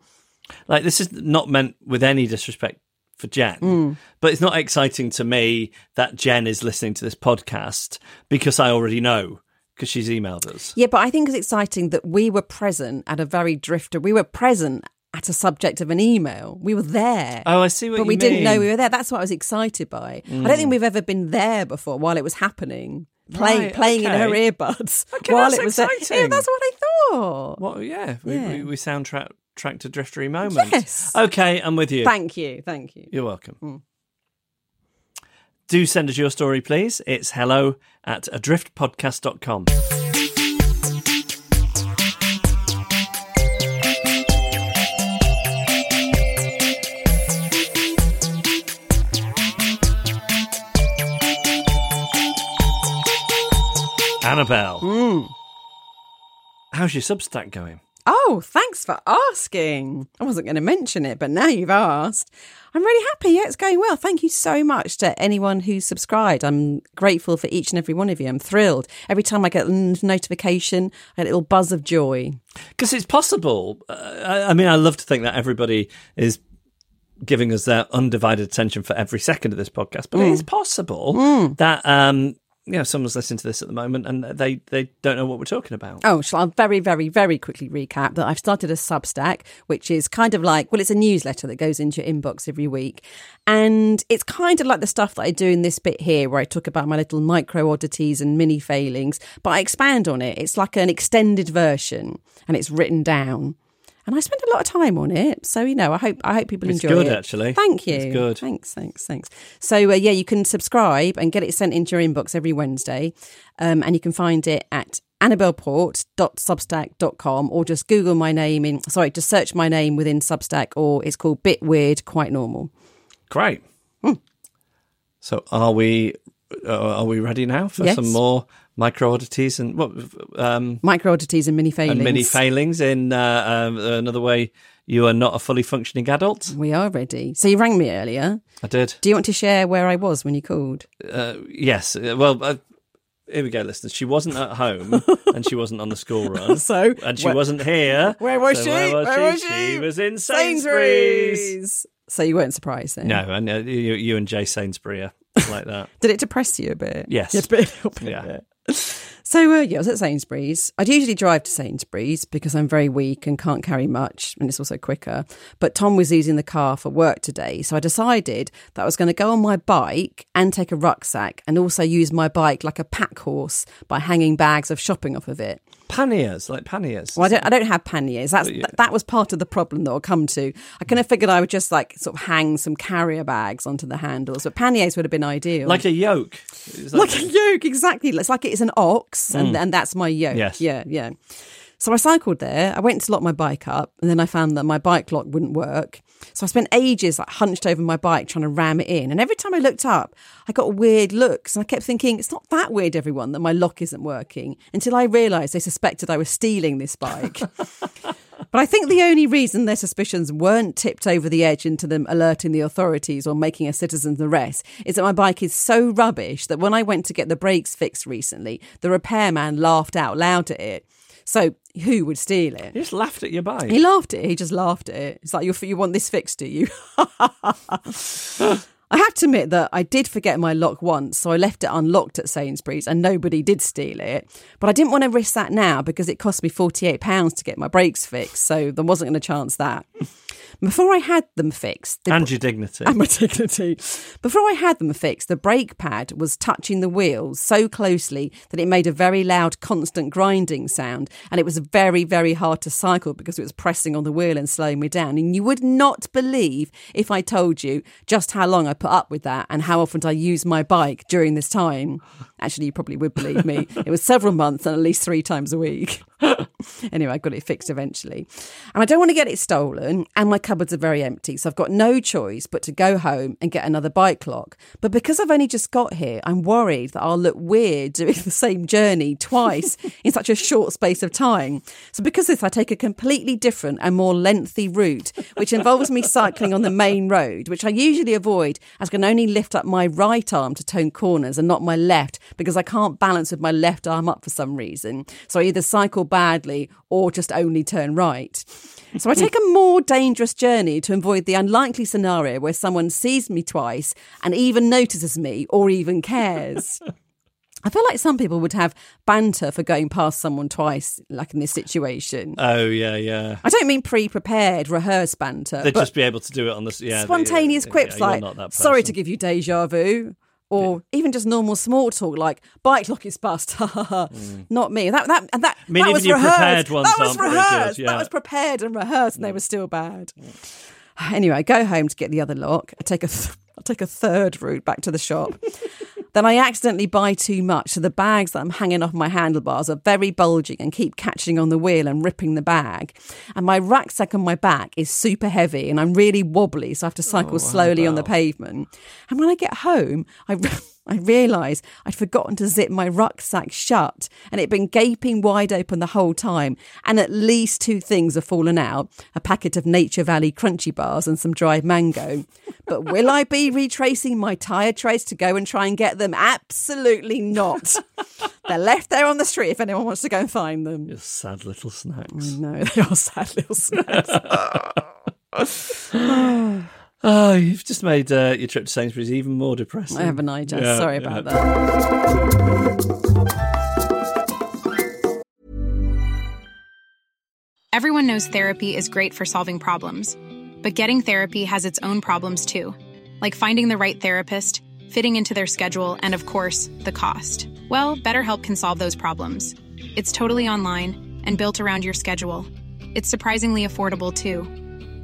Like this is not meant with any disrespect for Jen,
Mm.
but it's not exciting to me that Jen is listening to this podcast because I already know because she's emailed us.
Yeah, but I think it's exciting that we were present at a very drifter. We were present at a subject of an email. We were there.
Oh, I see what
but
you
we didn't know
mean. Mm.
we were there. That's what I was excited by. I don't think we've ever been there before while it was happening, playing
Right,
playing in her
okay.
earbuds
Okay,
while
that's
it was there. Yeah,
exciting.
that's what I thought.
Well, yeah, we,
Yeah.
we, we soundtrack track to driftery moments.
Yes.
Okay, I'm with you.
Thank you, thank you.
You're welcome. Do send us your story, please. It's hello at adriftpodcast.com. Annabelle. How's your Substack going?
Oh, thanks for asking. I wasn't going to mention it, but now you've asked. I'm really happy. Yeah, it's going well. Thank you so much to anyone who subscribed. I'm grateful for each and every one of you. I'm thrilled. Every time I get a n- notification, a little buzz of joy.
Because it's possible. Uh, I, I mean, I love to think that everybody is giving us their undivided attention for every second of this podcast, but
Mm.
it is possible that um, you know someone's listening to this at the moment and they they don't know what we're talking about.
Oh, shall I very, very, very quickly recap that I've started a Substack, which is kind of like, well, it's a newsletter that goes into your inbox every week. And it's kind of like the stuff that I do in this bit here, where I talk about my little micro oddities and mini failings, but I expand on it. It's like an extended version and it's written down. And I spend a lot of time on it, so you know, I hope I hope people
It's
enjoy
good,
it.
actually.
thank you.
It's good.
Thanks, thanks, thanks. So uh, yeah, you can subscribe and get it sent into your inbox every Wednesday, um, and you can find it at annabelleport.substack.com or just Google my name in, sorry, just search my name within Substack or it's called Bit Weird, Quite Normal.
Great.
Mm.
So are we uh, are we ready now for
Yes.
some more micro oddities and what um,
Micro oddities and mini failings.
and mini failings in uh, um, another way you are not a fully functioning adult?
We are ready. So you rang me earlier.
I did.
Do you want to share where I was when you called?
Yes. uh, Well, uh, here we go, listeners. She wasn't at home and she wasn't on the school run.
So,
and she
where-
wasn't here.
Where was
So
she?
Where was
Where
she?
was she?
She was in Sainsbury's.
So you weren't surprised then.
No, and uh, you, you and Jay Sainsbury are like that.
Did it depress you a bit?
Yes.
Yeah, a bit, a little bit.
Yeah.
So uh, yeah, I was at Sainsbury's. I'd usually drive to Sainsbury's because I'm very weak and can't carry much, and it's also quicker. But Tom was using the car for work today, so I decided that I was going to go on my bike and take a rucksack, and also use my bike like a pack horse by hanging bags of shopping off of it.
Panniers, like panniers.
Well, I don't, I don't have panniers. That's that, that was part of the problem that I'll come to. I kind of figured I would just like sort of hang some carrier bags onto the handles, but panniers would have been ideal.
Like a yoke. It's Mm.
like a yoke, exactly. It's like it's an ox, and, and that's my yoke.
Yes.
Yeah, yeah. So I cycled there. I went to lock my bike up, and then I found that my bike lock wouldn't work. So I spent ages like hunched over my bike trying to ram it in. And every time I looked up, I got weird looks, and I kept thinking it's not that weird, everyone, that my lock isn't working. Until I realised they suspected I was stealing this bike. But I think the only reason their suspicions weren't tipped over the edge into them alerting the authorities or making a citizen's arrest is that my bike is so rubbish that when I went to get the brakes fixed recently, the repairman laughed out loud at it. So who would steal it?
You just laughed at your bike.
He laughed at it. He just laughed at it. It's like, you you want this fixed, do you? I have to admit that I did forget my lock once, so I left it unlocked at Sainsbury's and nobody did steal it. But I didn't want to risk that now because it cost me £48 to get my brakes fixed, so there wasn't going to chance that. Before I had them fixed, the
and your dignity.
and my dignity. Before I had them fixed, the brake pad was touching the wheels so closely that it made a very loud, constant grinding sound. And it was very, very hard to cycle because it was pressing on the wheel and slowing me down. And you would not believe if I told you just how long I put up with that and how often I used my bike during this time. Actually, you probably would believe me. It was several months and at least three times a week anyway, I got it fixed eventually. And I don't want to get it stolen, and my cupboards are very empty. So I've got no choice but to go home and get another bike lock. But because I've only just got here, I'm worried that I'll look weird doing the same journey twice in such a short space of time. So because of this, I take a completely different and more lengthy route, which involves me cycling on the main road, which I usually avoid as I can only lift up my right arm to tone corners and not my left because I can't balance with my left arm up for some reason. So I either cycle badly or just only turn right. So I take a more dangerous journey to avoid the unlikely scenario where someone sees me twice and even notices me or even cares. I feel like some people would have banter for going past someone twice, like in this situation.
oh, yeah, yeah.
I don't mean pre-prepared, rehearsed banter,
They'd
but
just be able to do it on the. Yeah,
spontaneous
yeah,
quips
yeah, you're not
like
that
sorry to
person."
give you deja vu or even just normal small talk like bike lock is bust
Mm.
not me that that and that,
mean,
that
even
was
your
rehearsed
prepared ones
that was
aren't very good,
rehearsed
yeah.
that was prepared and rehearsed and they were still bad anyway I go home to get the other lock I take a th- I take a third route back to the shop then I accidentally buy too much, so the bags that I'm hanging off my handlebars are very bulging and keep catching on the wheel and ripping the bag. And my rucksack on my back is super heavy and I'm really wobbly, so I have to cycle
Oh,
slowly on the pavement. And when I get home, I. I realised I'd forgotten to zip my rucksack shut and it'd been gaping wide open the whole time. And at least two things have fallen out a packet of Nature Valley crunchy bars and some dried mango. But will I be retracing my tyre trace to go and try and get them? Absolutely not. They're left there on the street if anyone wants to go and find them.
Sad little snacks.
No, they are sad little snacks.
Oh, you've just made uh, your trip to Sainsbury's even more depressing.
I haven't I, Jess?
Yeah,
Sorry
yeah.
about that.
Everyone knows therapy is great for solving problems, but getting therapy has its own problems too, like finding the right therapist, fitting into their schedule, and of course, the cost. Well, BetterHelp can solve those problems. It's totally online and built around your schedule. It's surprisingly affordable too.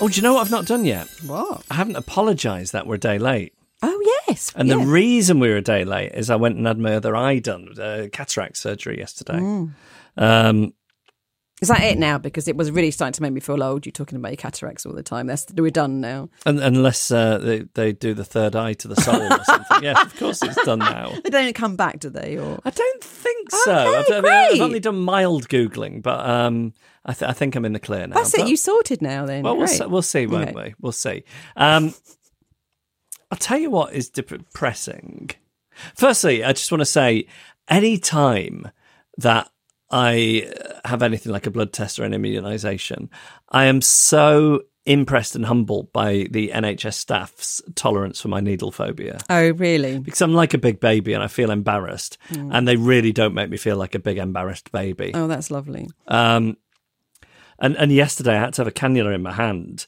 Oh, do you know what I've not done yet?
What?
I haven't apologised that we're a day late.
Oh, yes.
And
yeah.
the reason we were a day late is I went and had my other eye done, uh, cataract surgery yesterday.
Mm.
Um,
Is that it now? Because it was really starting to make me feel old. You talking about your cataracts all the time. That's we're done now.
and, unless uh, they, they do the third eye to the soul or something. yeah, of course it's done now.
They don't come back, do they? Or
I don't think so.
Okay,
I've, done-
great.
I've only done mild googling, but um, I, th- I think I'm in the clear now.
that's
But-
it. You sorted now then.
Well, we'll,
Great.
see, we'll see, won't
Okay.
we? We'll see. Um, I'll tell you what is depressing. Firstly, I just want to say any time that I uh, have anything like a blood test or an immunization, I am so impressed and humbled by the NHS staff's tolerance for my needle phobia
Oh, really?
because I'm like a big baby and I feel embarrassed, and they really don't make me feel like a big embarrassed baby.
Mm. Oh, that's lovely.
Um, and and yesterday I had to have a cannula in my hand,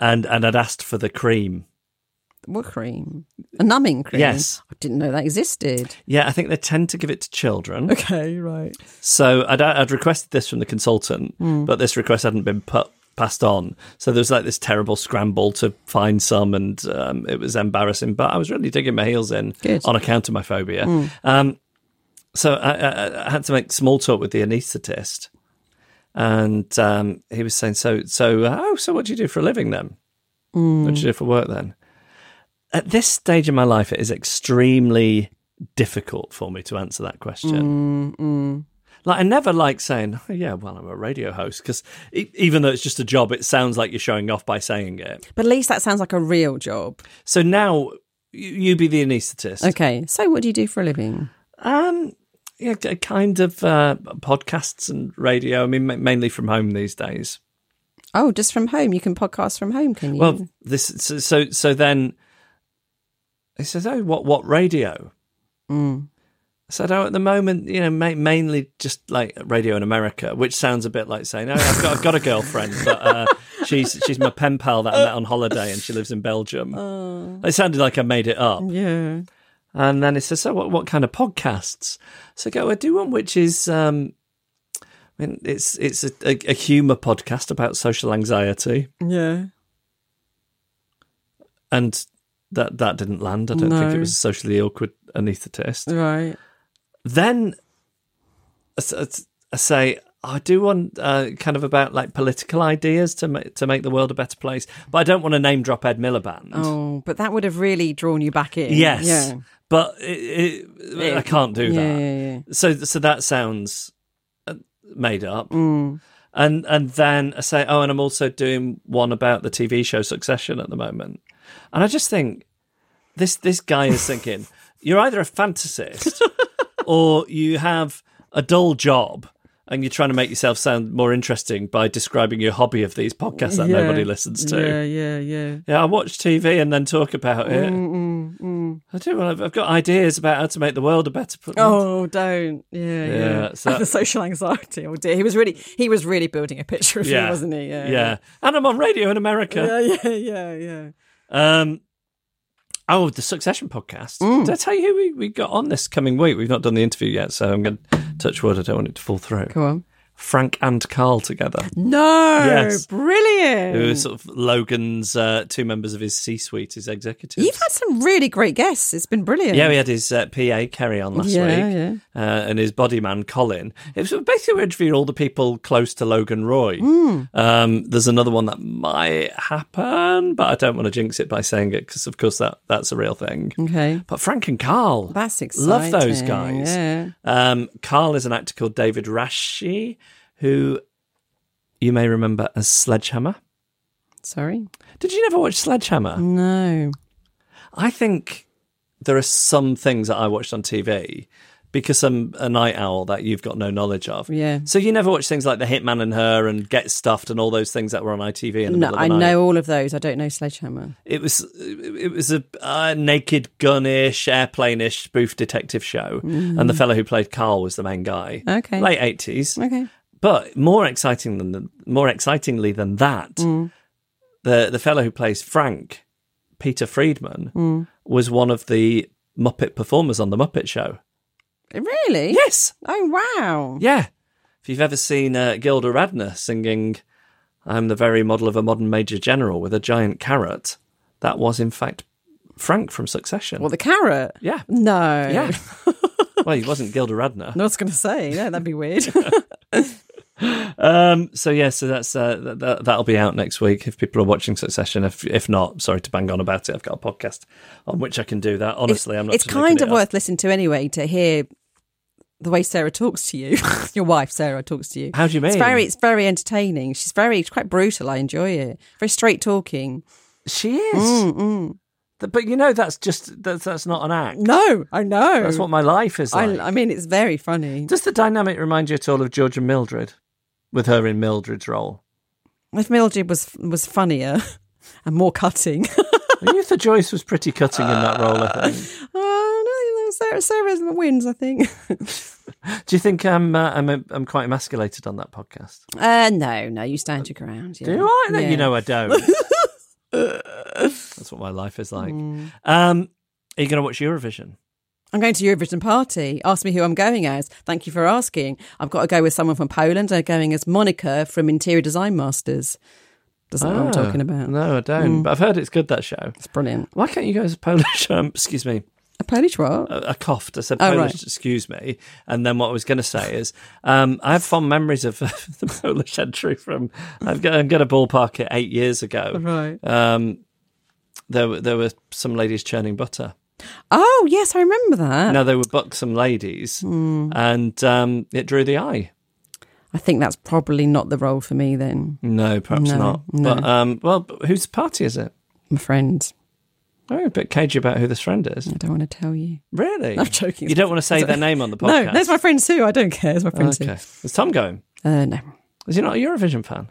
and and I'd asked for the cream.
What cream? A numbing cream.
Yes.
I didn't know that existed.
Yeah, I think they tend to give it to children.
Okay, right.
So I'd I'd requested this from the consultant, but this request hadn't been put passed on. So there was like this terrible scramble to find some, and um, it was embarrassing. But I was really digging my heels in
Good.
on account of my phobia. Um, so I, I, I had to make small talk with the anaesthetist, and um, he was saying, "So, so, uh, oh, so what do you do for a living then? What do you do for work then?" At this stage in my life, it is extremely difficult for me to answer that question. Like I never like saying, oh, "Yeah, well, I'm a radio host," because e- even though it's just a job, it sounds like you're showing off by saying it.
But at least that sounds like a real job.
So now you, you be the anaesthetist.
Okay. So, what do you do for a living?
Um, yeah, k- kind of uh, podcasts and radio. I mean, ma- mainly from home these days.
Oh, just from home. You can podcast from home, can you?
Well, this so so, so then he says, "Oh, what what radio?"
Mm.
I said, "Oh, at the moment, you know, ma- mainly just like radio in America," which sounds a bit like saying, "Oh, I've got, I've got a girlfriend, but uh, she's she's my pen pal that I met on holiday, and she lives in Belgium." It sounded like I made it up.
yeah.
And then it says, "So, what what kind of podcasts?" So I go, "I do one which is." Um, I mean, it's it's a, a, a humor podcast about social anxiety,
Yeah.
and that that didn't land. I don't think
No.
it was a socially awkward anaesthetist.
Right.
then I s- I s- I say I do want uh, kind of about like political ideas to make, to make the world a better place, but I don't want to name drop Ed Miliband.
Oh, but that would have really drawn you back in.
yes,
Yeah.
but it, it, I can't do
Yeah,
that.
yeah, yeah.
So so that sounds uh, made up.
Mm.
And and then I say, oh, and I'm also doing one about the TV show Succession at the moment, and I just think this this guy is thinking you're either a fantasist or you have a dull job and you're trying to make yourself sound more interesting by describing your hobby of these podcasts that nobody listens to.
Yeah, yeah, yeah.
Yeah, I watch TV and then talk about it.
Mm,
I do. I've I've got ideas about how to make the world a better place.
Oh, don't. Yeah, yeah.
Yeah, so-
the social anxiety. Oh dear. He was really he was really building a picture of you, wasn't he? Yeah.
And I'm on radio in America.
Yeah, yeah, yeah, yeah. Mm.
Um, oh, the Succession podcast. Did I tell you who we, we got on this coming week? We've not done the interview yet, so I'm going to touch wood. I don't want it to fall through.
Go on.
Frank and Carl together,
No.
Yes.
Brilliant.
who are sort of Logan's uh, two members of his C suite, his executives.
You've had some really great guests. It's been brilliant.
yeah, we had his uh, PA Kerry on last
Yeah,
week,
yeah.
Uh, and his body man Colin. It was basically we interviewed all the people close to Logan Roy.
Hmm.
Um, there's another one that might happen, but I don't want to jinx it by saying it because, of course, that that's a real thing.
Okay.
But Frank and Carl,
That's
Love those
exciting,
guys.
yeah.
Um, Carl is an actor called David Rashi, who you may remember as Sledgehammer.
Sorry.
Did you never watch Sledgehammer?
No.
I think there are some things that I watched on TV because I'm a night owl that you've got no knowledge of.
Yeah.
So you never watch things like The Hitman and Her and Get Stuffed and all those things that were on ITV. In the
No,
middle of
I
the night.
know all of those. I don't know Sledgehammer.
It was it was a uh, naked gun-ish, airplane-ish spoof detective show, and the fellow who played Carl was the main guy.
Mm. Okay.
late eighties.
Okay.
But more exciting than more excitingly than that, the the fellow who plays Frank, Peter Friedman, was one of the Muppet performers on the Muppet Show.
Really?
Yes,
Oh wow.
yeah. If you've ever seen uh, Gilda Radner singing, "I'm the very model of a modern major general with a giant carrot," that was in fact Frank from Succession.
Well, the carrot.
yeah,
No.
yeah. well, he wasn't Gilda Radner.
No, I was going to say. No, that'd be weird.
Um, so yeah, so that's uh, that, that, that'll be out next week if people are watching Succession. If if not, sorry to bang on about it. I've got a podcast on which I can do that. Honestly, I'm not.
it's
just making
kind
it
of
up.
worth listening to anyway to hear the way Sarah talks to you. Your wife, Sarah, talks to you.
How do you
It's
mean?
very, it's very entertaining. She's very, she's quite brutal. I enjoy it. Very straight talking.
She is, Mm, Th- but you know that's just that's that's not an act.
Mm. No, I know.
That's what my life is like.
I, I mean, it's very funny.
Does the dynamic remind you at all of George and Mildred, with her in Mildred's role?
If Mildred was was funnier and more cutting,
Youtha Joyce was pretty cutting in that role. I think.
oh, no, Sarah, Sarah wins. I think.
Do you think I'm uh, I'm I'm quite emasculated on that podcast?
Uh, no, no, you stand your ground. Yeah.
Do I? No,
Yeah.
You know I don't. That's what my life is like. Um, are you going to watch Eurovision?
I'm going to Eurovision party. Ask me who I'm going as. Thank you for asking. I've got to go with someone from Poland. I'm going as Monica from Interior Design Masters. Doesn't know what I'm
Ah,
talking about.
No, I don't. But I've heard it's good that show.
It's brilliant.
Mm. Why can't you go as a Polish? Um, excuse me.
A Polish what?
I, I coughed. I said
Oh,
Polish.
right.
Excuse me. And then what I was going to say is, um, I have fond memories of the Polish entry from. I've got, I'm going to ballpark it eight years ago.
Right.
Um, there were there were some ladies churning butter.
Oh yes, I remember that.
Now they were buxom ladies, and um, it drew the eye.
I think that's probably not the role for me. Then
No, perhaps
No,
not.
no.
But um, well, but whose party is it?
my friend,
I'm a bit cagey about who this friend is.
I don't want to tell you.
Really?
I'm joking.
You don't want to say their name on the
No,
podcast.
there's my friend Sue. I don't care. It's my friend
Okay. Is Tom going?
Sue. Uh, no.
Is he not a Eurovision fan?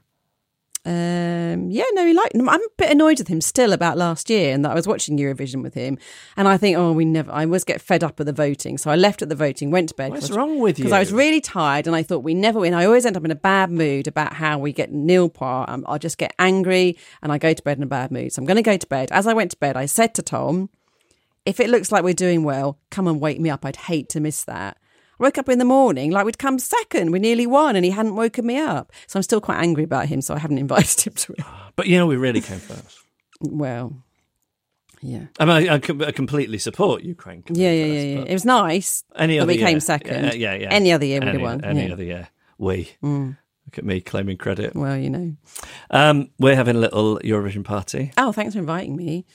Um, yeah, no, he liked. I'm a bit annoyed with him still about last year, and that I was watching Eurovision with him, and I think, oh, we never. I always get fed up with the voting, so I left at the voting, went to bed.
What's
'cause I was-
wrong with you?
Because I was really tired, and I thought we never win. I always end up in a bad mood about how we get nil par. Um, I just get angry, and I go to bed in a bad mood. So I'm going to go to bed. As I went to bed, I said to Tom, if it looks like we're doing well, come and wake me up. I'd hate to miss that. I woke up in the morning, like we'd come second, we nearly won, and he hadn't woken me up. So I'm still quite angry about him, so I haven't invited him to it.
But you know, we really came first.
Well, yeah.
I mean, I, I com- I completely support Ukraine. coming
Yeah, yeah,
first,
yeah, yeah.
but
It was nice.
Any
that
other
we
year.
came second.
Yeah, yeah, yeah.
Any other year we'd
Any,
have won.
Any
yeah. Mm.
other year. We. Look at me claiming credit.
Well, you know.
Um, we're having a little Eurovision party.
Oh, thanks for inviting me.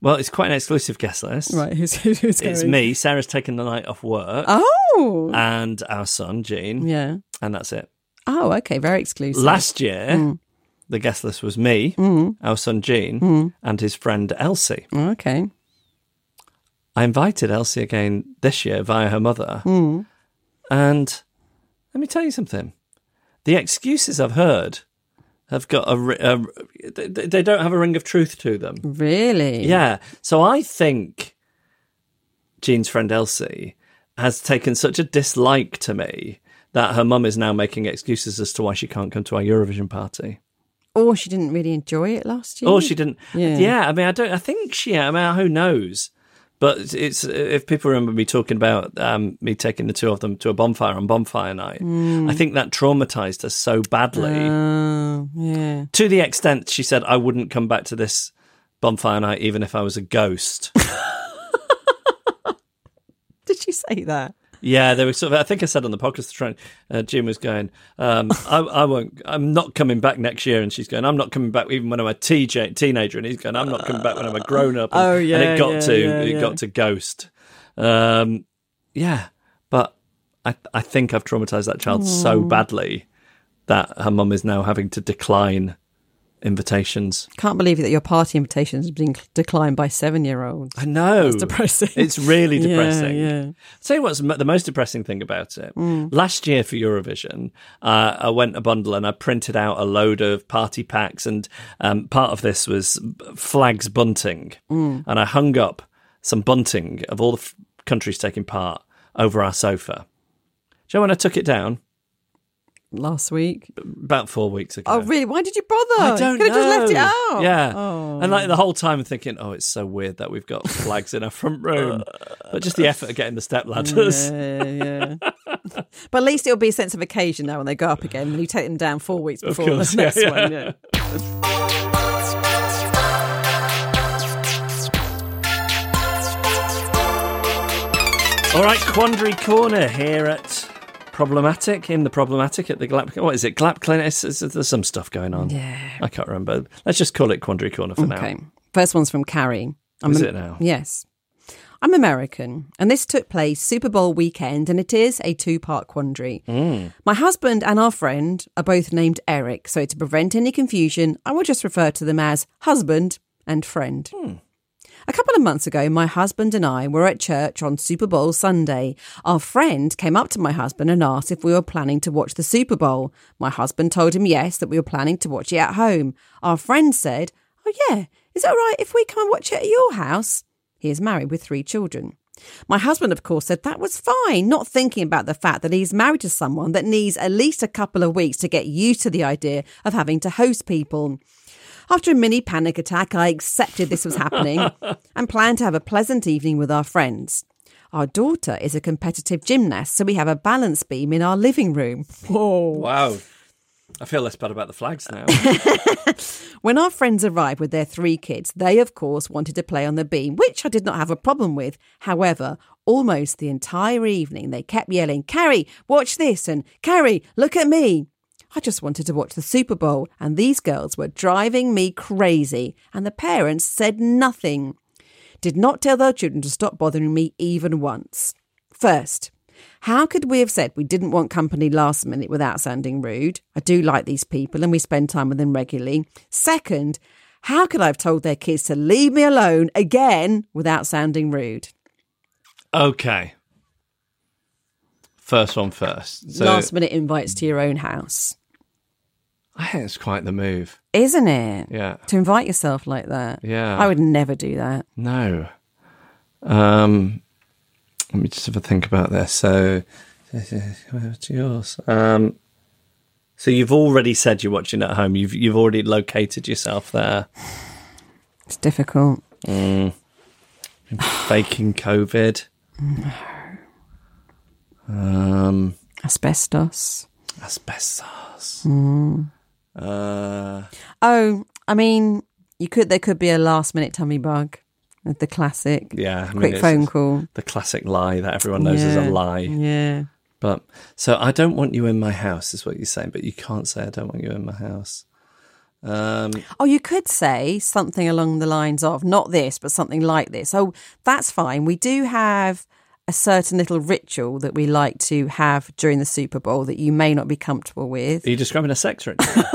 Well, it's quite an exclusive guest list.
Right, who's, who's going?
It's me. Sarah's taking the night off work.
Oh,
and our son Gene,
yeah.
and that's it.
Oh, okay. Very exclusive.
Last year, the guest list was me, our son Gene, and his friend Elsie.
okay.
I invited Elsie again this year via her mother, and let me tell you something: the excuses I've heard have got a, ri- a they, they don't have a ring of truth to them.
Really?
Yeah. So I think Jean's friend Elsie has taken such a dislike to me that her mum is now making excuses as to why she can't come to our Eurovision party.
Or Oh, she didn't really enjoy it last year.
Or Oh, she didn't.
Yeah.
Yeah. I mean, I don't. I think she. I mean, who knows? But it's if people remember me talking about um, me taking the two of them to a bonfire on bonfire night. I think that traumatized her so badly
Hmm. Oh, yeah.
to the extent she said I wouldn't come back to this bonfire night even if I was a ghost.
Did she say that?
Yeah, they were sort of. I think I said on the podcast, the train, uh, Jim was going, um, I, I won't, I'm not coming back next year. And she's going, I'm not coming back even when I'm a TJ, teenager. And he's going, I'm not coming back when I'm a grown up. And,
Oh,
And
yeah,
it got
yeah,
to,
yeah,
it
yeah.
got to ghost. Um, yeah. But I, I think I've traumatized that child so badly that her mum is now having to decline invitations.
Can't believe that your party invitations have been declined by seven-year-olds.
I know.
That's depressing.
It's really
Yeah,
depressing.
yeah. Mm.
Tell you what's m- the most depressing thing about it. Last year for Eurovision, uh, I went a bundle and I printed out a load of party packs, and um, part of this was b- flags bunting,
Mm.
and I hung up some bunting of all the f- countries taking part over our sofa. Do you know when I took it down?
last week?
about four weeks ago.
Oh, really? Why did Oh, you bother?
I don't
Could
know.
have just left it out.
Yeah.
Oh.
And like the whole time I'm thinking, oh, it's so weird that we've got flags in our front room. But just the effort of getting the step ladders.
Yeah, yeah. but at least it'll be a sense of occasion now when they go up again and you take them down four weeks before
course,
the
yeah,
next
yeah.
one. Yeah.
All right, Quandary Corner here at Problematic, in the Problematic at the Glap. What is it? Glap Clinic? It's- it's- There's some stuff going on.
Yeah.
I can't remember. Let's just call it Quandary Corner for
Okay.
now.
First one's from Carrie.
Is it now?
Yes. I'm American, and this took place Super Bowl weekend, and it is a two part quandary.
Mm.
My husband and our friend are both named Eric, so to prevent any confusion, I will just refer to them as husband and friend. A couple of months ago, my husband and I were at church on Super Bowl Sunday. Our friend came up to my husband and asked if we were planning to watch the Super Bowl. My husband told him yes, that we were planning to watch it at home. Our friend said, Oh, yeah, is it all right if we come and watch it at your house? He is married with three children. My husband, of course, said that was fine, not thinking about the fact that he's married to someone that needs at least a couple of weeks to get used to the idea of having to host people. After a mini panic attack, I accepted this was happening and planned to have a pleasant evening with our friends. Our daughter is a competitive gymnast, so we have a balance beam in our living room.
Wow. I feel less bad about the flags now.
When our friends arrived with their three kids, they, of course, wanted to play on the beam, which I did not have a problem with. However, almost the entire evening, they kept yelling, Carrie, watch this, and Carrie, look at me. I just wanted to watch the Super Bowl, and these girls were driving me crazy, and the parents said nothing. Did not tell their children to stop bothering me even once. First, how could we have said we didn't want company last minute without sounding rude? I do like these people and we spend time with them regularly. Second, how could I have told their kids to leave me alone again without sounding rude?
okay. First one first. So
last minute invites to your own house,
I think it's quite the move.
isn't it?
Yeah.
To invite yourself like that.
Yeah.
I would never do that.
No. Um, let me just have a think about this. So, to yours. Um, so you've already said you're watching at home. You've you've already located yourself there,
It's difficult. Mm.
faking COVID. Um,
Asbestos.
asbestos.
Mm.
Uh,
Oh, I mean, you could there could be a last minute tummy bug. The classic.
yeah, I mean,
Quick
it's-
phone
it's
call.
The classic lie that everyone knows is a
Yeah.
lie.
Yeah.
But so I don't want you in my house is what you're saying, but you can't say I don't want you in my house. Um,
Oh, you could say something along the lines of not this, but something like this. Oh, that's fine. We do have a certain little ritual that we like to have during the Super Bowl that you may not be comfortable with.
are you describing a sex ritual?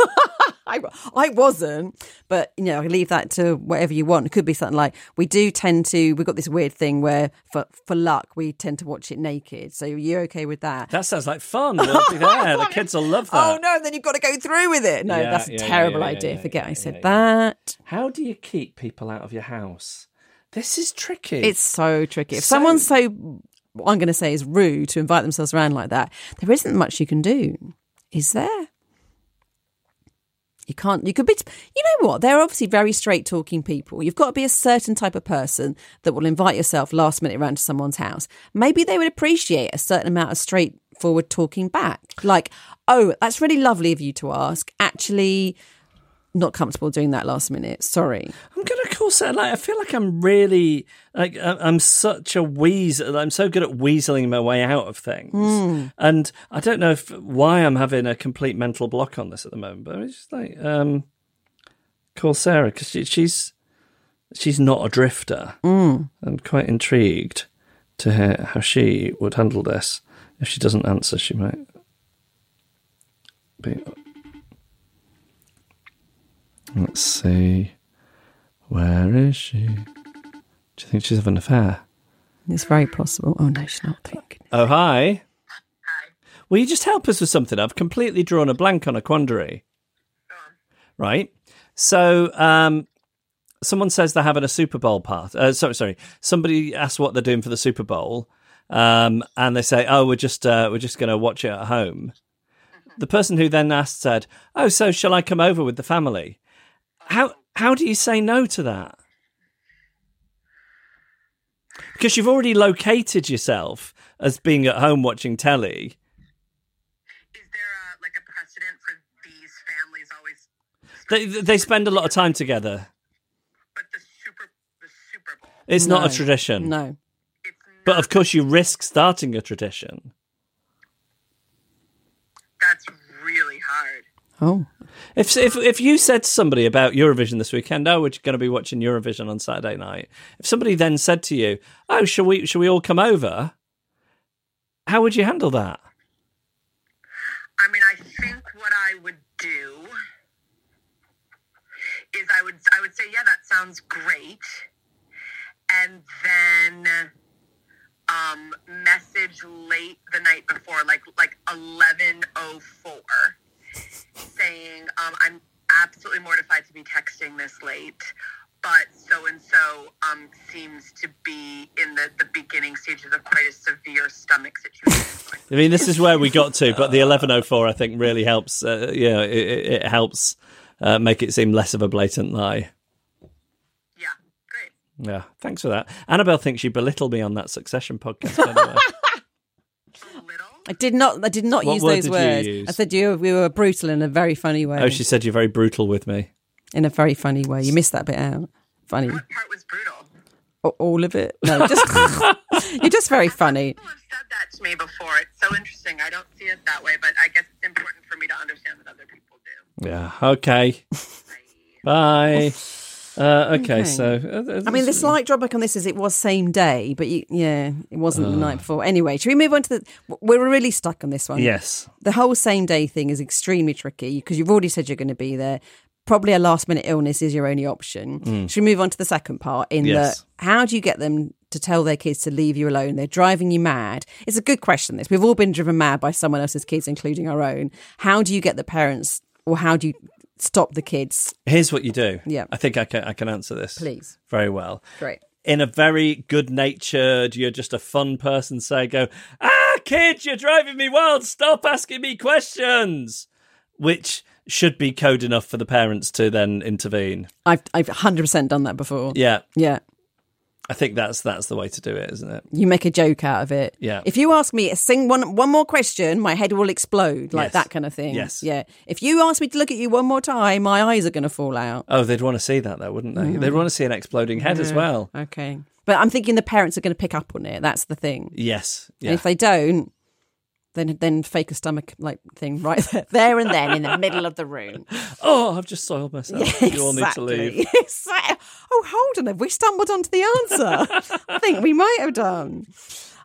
I, I wasn't, but you know, I leave that to whatever you want. It could be something like we do tend to. We've got this weird thing where for for luck we tend to watch it naked. So you're okay with that?
That sounds like fun. We'll be there. The kids will love that.
Oh no! And then you've got to go through with it. No,
Yeah,
that's a
yeah, yeah,
terrible
yeah,
idea.
yeah,
Forget
yeah,
I said
yeah,
that.
How do you keep people out of your house? This is tricky.
It's so tricky. If
So-
someone's so, what I'm going to say is rude to invite themselves around like that, there isn't much you can do, is there? You can't, you could be, you know what? They're obviously very straight talking people. You've got to be a certain type of person that will invite yourself last minute round to someone's house. Maybe they would appreciate a certain amount of straightforward talking back. Like, oh, that's really lovely of you to ask. Actually, not comfortable doing that last minute. Sorry.
I'm gonna call it like I feel like I'm really like I- I'm such a weasel. I'm so good at weaseling my way out of things, and I don't know if why I'm having a complete mental block on this at the moment. But it's just like um, call Sarah because she, she's she's not a drifter. I'm quite intrigued to hear how she would handle this. If she doesn't answer, she might be. Let's see. Where is she? Do you think she's having an affair?
It's very possible. Oh, no, she's not. Thank goodness.
Oh, hi. Hi. Will you just help us with something? I've completely drawn a blank on a quandary. Right. So, um, someone says they're having a Super Bowl party. Uh, sorry, sorry. Somebody asks what they're doing for the Super Bowl, um, and they say, "Oh, we're just uh, we're just going to watch it at home." The person who then asked said, "Oh, so shall I come over with the family?" How how do you say no to that? Because you've already located yourself as being at home watching telly.
Is there a, like a precedent for these families always?
They they spend a lot of time together.
But the Super the Super Bowl,
It's not
No.
a tradition.
No.
it's not,
But of course, you risk starting a tradition.
that's really hard.
Oh.
If if if you said to somebody about Eurovision this weekend, oh, we're going to be watching Eurovision on Saturday night. If somebody then said to you, oh, shall we shall we all come over? How would you handle that?
I mean, I think what I would do is I would I would say, yeah, that sounds great, and then um, message late the night before, like like eleven oh four, saying, um, I'm absolutely mortified to be texting this late. But so and so um, seems to be in the, the beginning stages of quite a severe stomach situation.
I mean, this is where we got to, but the eleven oh four, I think, really helps. Uh, you know, it, it it helps uh, make it seem less of a blatant lie.
yeah, great.
Yeah, thanks for that. Annabelle thinks you belittled me on that Succession podcast. By the way.
Little.
I did not I did not
What
use
word
those
did you
words.
use?
I said you we were brutal in a very funny way.
oh, she said you're very brutal with me.
in a very funny way. You missed that bit out. Funny.
What part was brutal?
A- All of it. No, just You're just very funny.
People have said that to me before. It's so interesting. I don't see it that way, but I guess it's important for me to understand that other people do.
Yeah. Okay. Bye. Uh, okay,
Okay.
So uh,
I mean, the slight drawback on this is it was same day, but you, yeah, it
Ah.
wasn't the night before. Anyway, should we move on to the? We're really stuck on this one.
Yes.
the whole same day thing is extremely tricky because you've already said you're going to be there. Probably a last minute illness is your only option. Should we move on to the second part? In
Mm. Yes.
that, how do you get them to tell their kids to leave you alone? They're driving you mad. It's a good question. This we've all been driven mad by someone else's kids, including our own. How do you get the parents, or how do you stop the kids?
Here's what you do.
Yeah.
I think I can I can answer this.
Please.
Very well.
Great.
In a very good natured, you're just a fun person, say go, ah kid, you're driving me wild, stop asking me questions. Which should be code enough for the parents to then intervene.
I've I've hundred percent done that before.
Yeah.
yeah.
I think that's that's the way to do it, isn't it?
You make a joke out of it.
Yeah.
If you ask me a sing one one more question, my head will explode, like
Yes.
that kind of thing.
Yes.
Yeah. If you ask me to look at you one more time, my eyes are going to fall out.
Oh, they'd want to see that though, wouldn't they?
Mm-hmm.
They'd want to see an exploding head as well.
Okay. But I'm thinking the parents are going to pick up on it. That's the thing.
Yes.
And if they don't, then then fake a stomach like thing right there, there and then in the middle of the room.
Oh, I've just soiled myself. You all need to
Exactly.
leave.
Exact- oh, hold on. Have we stumbled onto the answer? I think we might have done.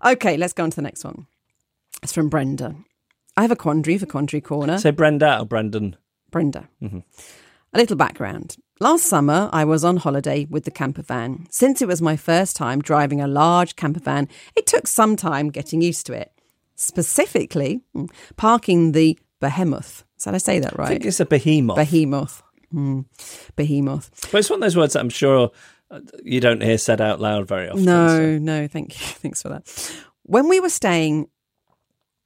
Okay, let's go on to the next one. It's from Brenda. I have a quandary for Quandary Corner.
Say Brenda or Brendan.
Brenda.
Mm-hmm.
A little background. Last summer, I was on holiday with the camper van. Since it was my first time driving a large camper van, it took some time getting used to it. Specifically, mm, parking the behemoth. Did I say that
I
right?
think it's a behemoth.
behemoth. Mm, Behemoth.
But it's one of those words that I'm sure uh, you don't hear said out loud very often.
No, no, thank you. Thanks for that. When we were staying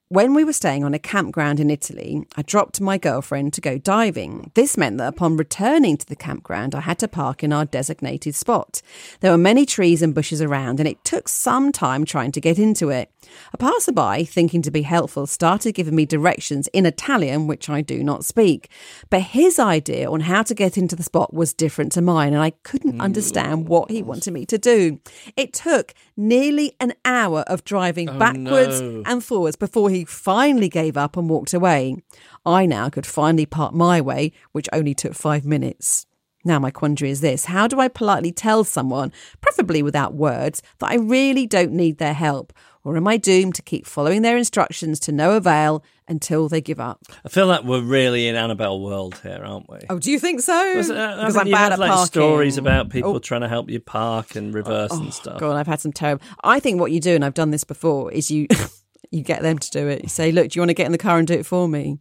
when we were staying on a campground in Italy, I dropped my girlfriend to go diving. This meant that upon returning to the campground, I had to park in our designated spot. There were many trees and bushes around, and it took some time trying to get into it. A passerby, thinking to be helpful, started giving me directions in Italian, which I do not speak. But his idea on how to get into the spot was different to mine, and I couldn't understand what he wanted me to do. It took nearly an hour of driving backwards
no.
and forwards before he finally gave up and walked away. I now could finally part my way, which only took five minutes. Now, my quandary is this How do I politely tell someone, preferably without words, that I really don't need their help? Or am I doomed to keep following their instructions to no avail until they give up?
I feel like we're really in Annabelle world here, aren't we?
Oh, do you think so?
Because, uh, I mean, you had, like, stories about people
Oh.
trying to help you park and reverse and stuff.
God, I've had some terrible. I think what you do, and I've done this before, is you you get them to do it. You say, "Look, do you want to get in the car and do it for me?"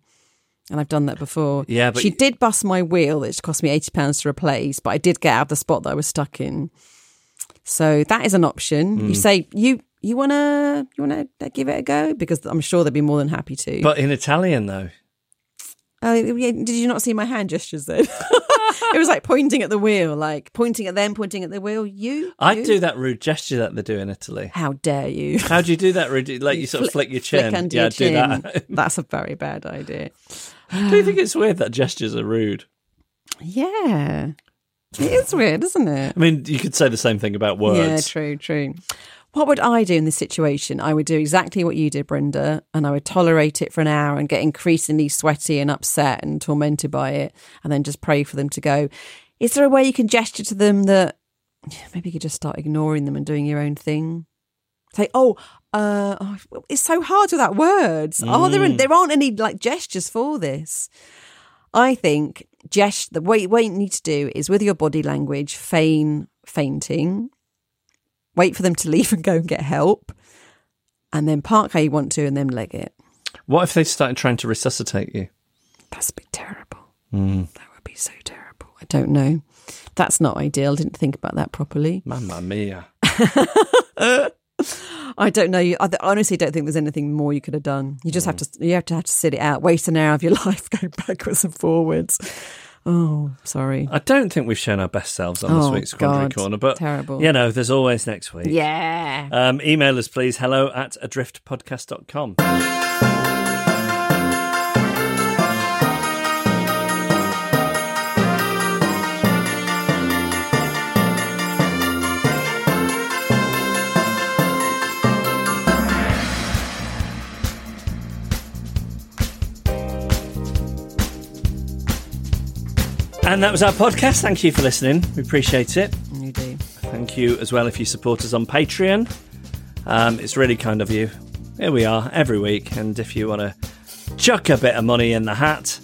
And I've done that before.
Yeah, but
she
you-
did bust my wheel, which cost me eighty pounds to replace. But I did get out of the spot that I was stuck in. So that is an option.
Hmm.
You say you you uh, wanna you wanna give it a go because I'm sure they'd be more than happy to.
But in Italian, though,
Uh, yeah, did you not see my hand gestures then? it was like pointing at the wheel, like pointing at them, pointing at the wheel. You,
I
you.
do that rude gesture that they do in Italy.
How dare you?
How do you do that rude? Like you, sort of flick your chin.
Flick under
yeah,
your
I do
chin.
that.
That's a very bad idea.
do you think it's weird that gestures are rude?
Yeah, it is weird, isn't it?
I mean, you could say the same thing about words.
Yeah, true, true. What would I do in this situation? I would do exactly what you did, Brenda, and I would tolerate it for an hour and get increasingly sweaty and upset and tormented by it, and then just pray for them to go. Is there a way you can gesture to them that maybe you could just start ignoring them and doing your own thing? Say, oh, uh, oh, it's so hard without words. Oh, there, there aren't any like gestures for this. I think gest- the way what you need to do is with your body language, feign fainting, wait for them to leave and go and get help, and then park how you want to, and then leg it.
What if they started trying to resuscitate you?
That's a bit terrible.
Mm.
That would be so terrible. I don't know. That's not ideal. I didn't think about that properly.
Mamma mia.
I don't know. I th- honestly don't think there's anything more you could have done. You just have
Mm.
to. You have to have to sit it out. Waste an hour of your life going backwards and forwards. Oh, sorry.
I don't think we've shown our best selves on this
Oh,
week's Quandary
God.
Corner, but
Terrible.
you know, there's always next week.
Yeah.
Um, email us, please. Hello at adriftpodcast.com. And that was our podcast. Thank you for listening. We appreciate it.
You do.
Thank you as well if you support us on Patreon. Um, it's really kind of you. Here we are every week, and if you want to chuck a bit of money in the hat,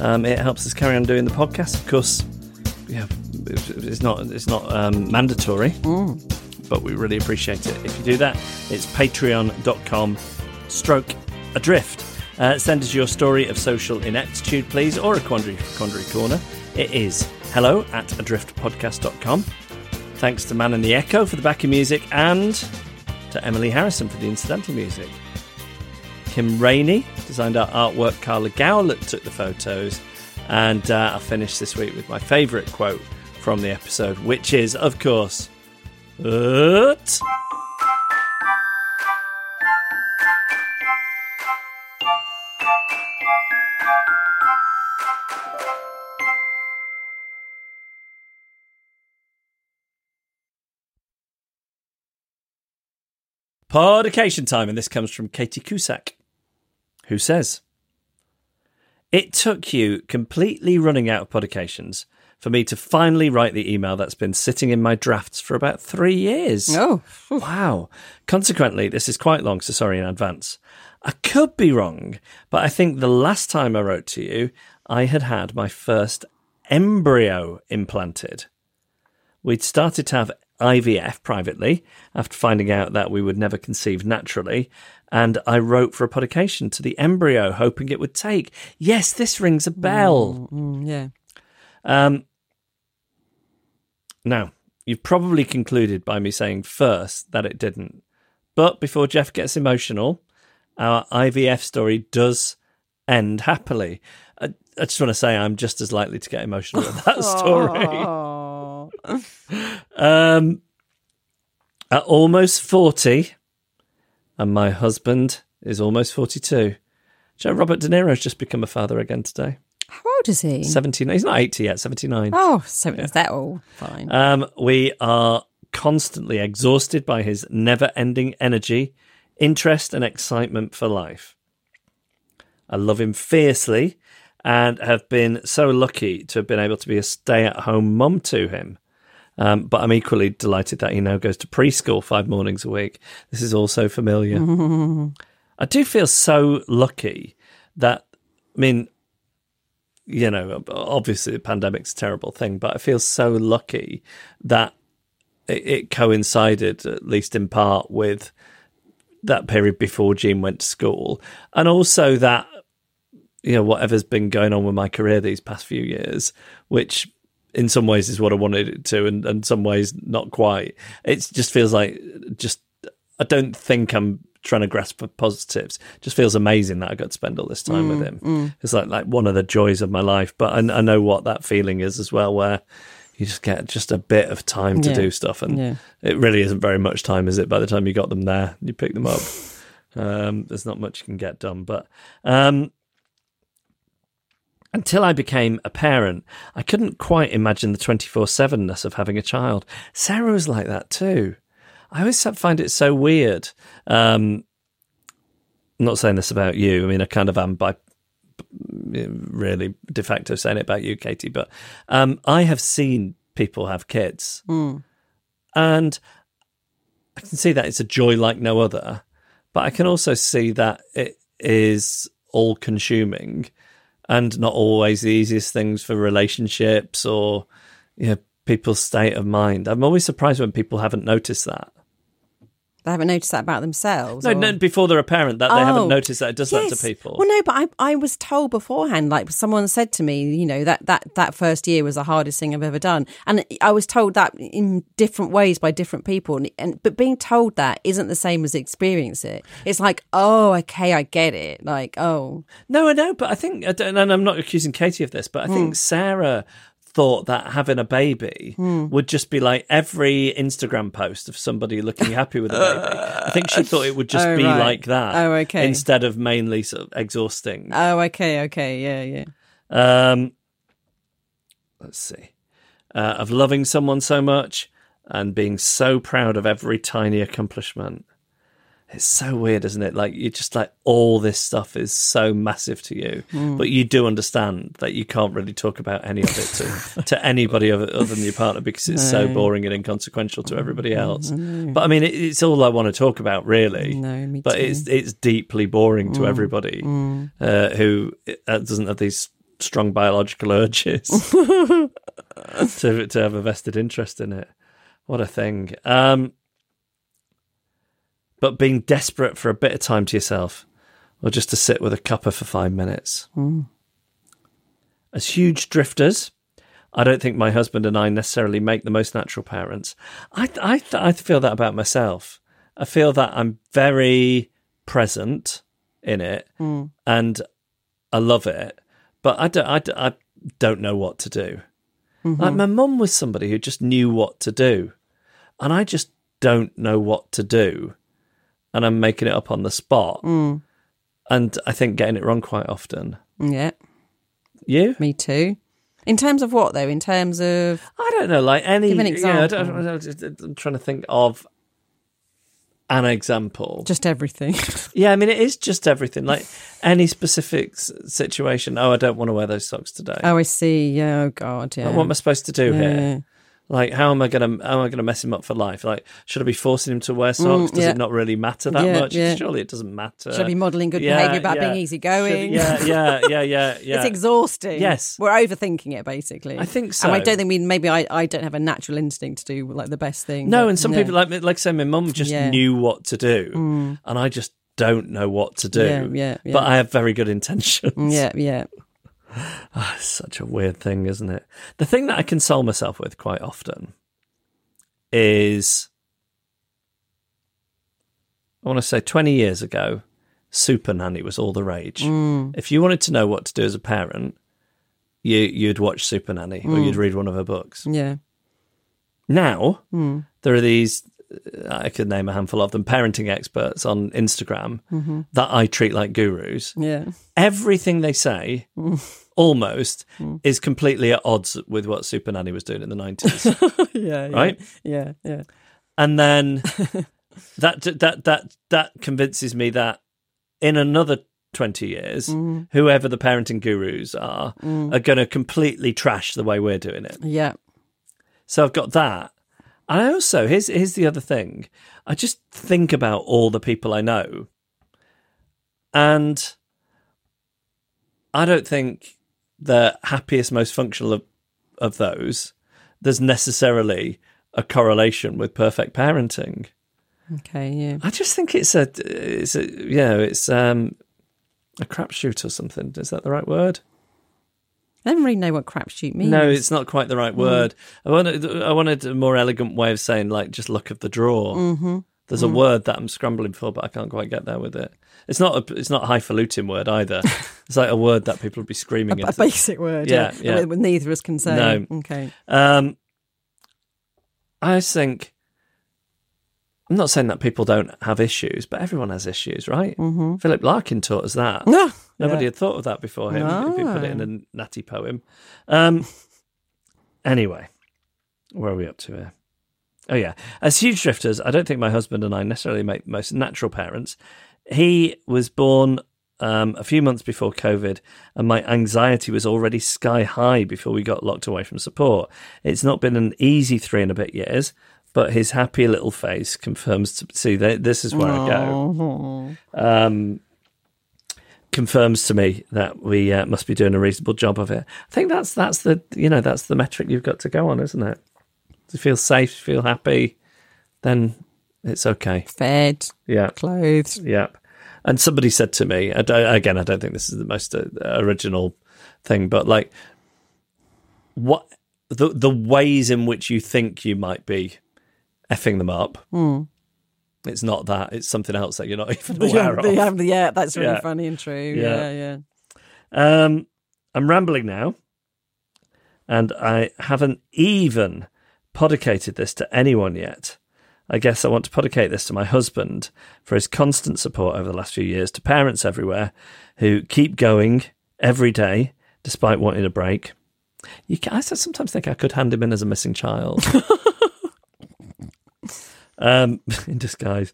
um, it helps us carry on doing the podcast. Of course, yeah, it's it's not it's not um, mandatory, but we really appreciate it if you do that. It's patreon.com stroke adrift. Uh, send us your story of social ineptitude, please, or a quandary, quandary corner. It is hello at adriftpodcast.com. Thanks to Man in the Echo for the backing music and to Emily Harrison for the incidental music. Kim Rainey designed our artwork, Carla Gowlett took the photos, and uh, I finished this week with my favourite quote from the episode, which is, of course, "Ut." Podication time, and this comes from Katie Cusack, who says, It took you completely running out of podications for me to finally write the email that's been sitting in my drafts for about three years.
Oh.
Wow. Consequently, this is quite long, so sorry in advance. I could be wrong, but I think the last time I wrote to you, I had had my first embryo implanted. We'd started to have IVF privately after finding out that we would never conceive naturally. And I wrote for a podication to the embryo, hoping it would take. Yes, this rings a bell.
Mm, yeah.
Um, now, you've probably concluded by me saying first that it didn't. But before Jeff gets emotional, our IVF story does end happily. I, I just want to say I'm just as likely to get emotional at that story.
Oh.
Um, at almost 40, and my husband is almost 42. Joe Robert De Niro's just become a father again today.
How old is he?
17. He's not 80 yet, 79.
Oh, so is that all? Fine.
Um, we are constantly exhausted by his never ending energy, interest, and excitement for life. I love him fiercely and have been so lucky to have been able to be a stay at home mum to him. Um, but I'm equally delighted that he now goes to preschool five mornings a week. This is all so familiar. I do feel so lucky that, I mean, you know, obviously the pandemic's a terrible thing, but I feel so lucky that it, it coincided, at least in part, with that period before Jean went to school. And also that, you know, whatever's been going on with my career these past few years, which in some ways is what I wanted it to, and in some ways not quite. It just feels like just, I don't think I'm trying to grasp for positives. Just feels amazing that I got to spend all this time
Mm,
with him. It's like like one of the joys of my life. But I, I know what that feeling is as well, where you just get just a bit of time to
Yeah.
do stuff, and
Yeah.
it really isn't very much time, is it? By the time you got them there, you pick them up. Um, there's not much you can get done, but um, until I became a parent, I couldn't quite imagine the 24 sevenness of having a child. Sarah was like that too. I always find it so weird. Um, I'm not saying this about you. I mean, I kind of am by really de facto saying it about you, Katie, but um, I have seen people have kids. And I can see that it's a joy like no other, but I can also see that it is all consuming and not always the easiest things for relationships or you know, people's state of mind. I'm always surprised when people haven't noticed that.
They haven't noticed that about themselves.
No,
or-
no, before they're a parent, that they
Oh.
haven't noticed that it does that
Yes.
to people.
Well, no, but I, I was told beforehand, like someone said to me, you know, that, that, that first year was the hardest thing I've ever done. And I was told that in different ways by different people. And, and But being told that isn't the same as experience it. It's like, oh, okay, I get it. Like, oh,
No, I know, but I think, I don't- and I'm not accusing Katie of this, but I
Hmm.
think Sarah thought that having a baby
Hmm.
would just be like every Instagram post of somebody looking happy with a baby. I think she thought it would just
Oh,
be
right.
like that.
Oh, okay.
Instead of mainly sort of exhausting.
oh, okay, okay, yeah, yeah.
Um, let's see. Uh, of loving someone so much and being so proud of every tiny accomplishment. It's so weird, isn't it? Like, you just like all this stuff is so massive to you,
Mm.
but you do understand that you can't really talk about any of it to, to anybody other, other than your partner because it's so boring and inconsequential to everybody
Mm,
else. But I mean, it, it's all I want to talk about, really.
No, me
but
too. Mm,
it's it's deeply boring to everybody uh, who uh, doesn't have these strong biological urges to to have a vested interest in it. What a thing! Um, but being desperate for a bit of time to yourself, or just to sit with a cuppa for five minutes. As huge drifters, I don't think my husband and I necessarily make the most natural parents. I I I feel that about myself. I feel that I'm very present in it, and I love it, but I don't I, don't- I don't know what to do. Like my mum was somebody who just knew what to do, and I just don't know what to do, and I'm making it up on the spot,
Mm.
and I think getting it wrong quite often.
Yeah,
You?
me too. In terms of what, though? In terms of.
I don't know, like any.
Give an
you know, I don't-
example.
I don't- I'm trying to think of an example.
Just everything.
Yeah, I mean, it is just everything. Like any specific s- situation. Oh, I don't want to wear those socks today.
oh, I see. Yeah, oh, God. Yeah.
Like, what am I supposed to do
Yeah,
here?
yeah.
Like, how am I gonna how am I gonna mess him up for life? Like, should I be forcing him to wear socks? Does
Mm, yeah.
it not really matter that
Yeah,
much?
yeah.
Surely it doesn't matter.
Should I be modelling good behaviour about being easygoing?
Should- yeah, yeah, yeah, yeah, yeah.
It's exhausting.
Yes.
we're overthinking it basically.
I think
And I
so.
don't think we maybe I, I don't have a natural instinct to do like the best thing.
No,
but-
and some people like me- like say my mum just
Yeah. Mm.
knew what to do, and I just don't know what to do.
Yeah, yeah, yeah.
But I have very good intentions.
yeah, yeah.
It's such a weird thing, isn't it? The thing that I console myself with quite often is I want to say 20 years ago, Super Nanny was all the rage.
Mm.
If you wanted to know what to do as a parent, you you'd watch Super Nanny
Mm.
or you'd read one of her books.
Yeah.
Now there are these. I could name a handful of them. Parenting experts on Instagram that I treat like gurus.
Yeah.
Everything they say, almost, is completely at odds with what Super Nanny was doing in the nineties.
Yeah.
Right?
Yeah. Yeah.
and then that that that that convinces me that in another 20 years whoever the parenting gurus are are going to completely trash the way we're doing it
Yeah.
so I've got that. And I also here's here's the other thing. I just think about all the people I know, and I don't think the happiest, most functional of, of those. There's necessarily a correlation with perfect parenting.
Okay. Yeah.
I just think it's a it's a you know it's um a crapshoot or something. Is that the right word?
I don't really know what crapshoot means.
No, it's not quite the right word. I wanted I wanted a more elegant way of saying like just look of the draw. Mm-hmm. There's a word that I'm scrambling for, but I can't quite get there with it. It's not a it's not a highfalutin word either. it's like a word that people would be screaming
A
at.
basic word.
Yeah,
Yeah,
yeah.
That Neither of us can say.
No.
Okay.
Um, I think I'm not saying that people don't have issues, but everyone has issues, right? Philip Larkin taught us that.
No.
Nobody
Yeah.
had thought of that before him. If you put it in a natty poem. Um, anyway, where are we up to here? Oh yeah, as huge drifters, I don't think my husband and I necessarily make the most natural parents. He was born um, a few months before COVID, and my anxiety was already sky high before we got locked away from support. It's not been an easy three and a bit years, but his happy little face confirms. To, see, th- this is where I go um, confirms to me that we uh, must be doing a reasonable job of it. I think that's that's the you know that's the metric you've got to go on, isn't it? To feel safe, feel happy, then it's okay.
Fed,
Yeah,
clothed.
Yep. And somebody said to me, I don't- again, I don't think this is the most uh, original thing, but like, what the the ways in which you think you might be effing them up. It's not that. It's something else that you're not even aware
Yeah,
of.
yeah, yeah, that's really
Yeah.
funny and true.
Yeah.
Yeah, yeah.
Um, I'm rambling now, and I haven't even podicated this to anyone yet. I guess I want to podicate this to my husband for his constant support over the last few years, to parents everywhere who keep going every day despite wanting a break. You can, I sometimes think I could hand him in as a missing child. um, in disguise.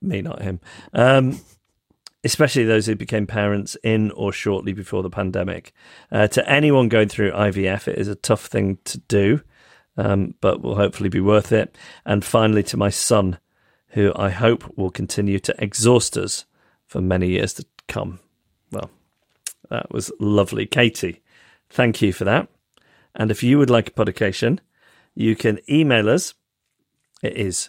Me, not him. Um, especially those who became parents in or shortly before the pandemic. Uh, to anyone going through IVF, it is a tough thing to do, um, but will hopefully be worth it. And finally, to my son, who I hope will continue to exhaust us for many years to come. Well, that was lovely. Katie, thank you for that. And if you would like a publication, you can email us. It is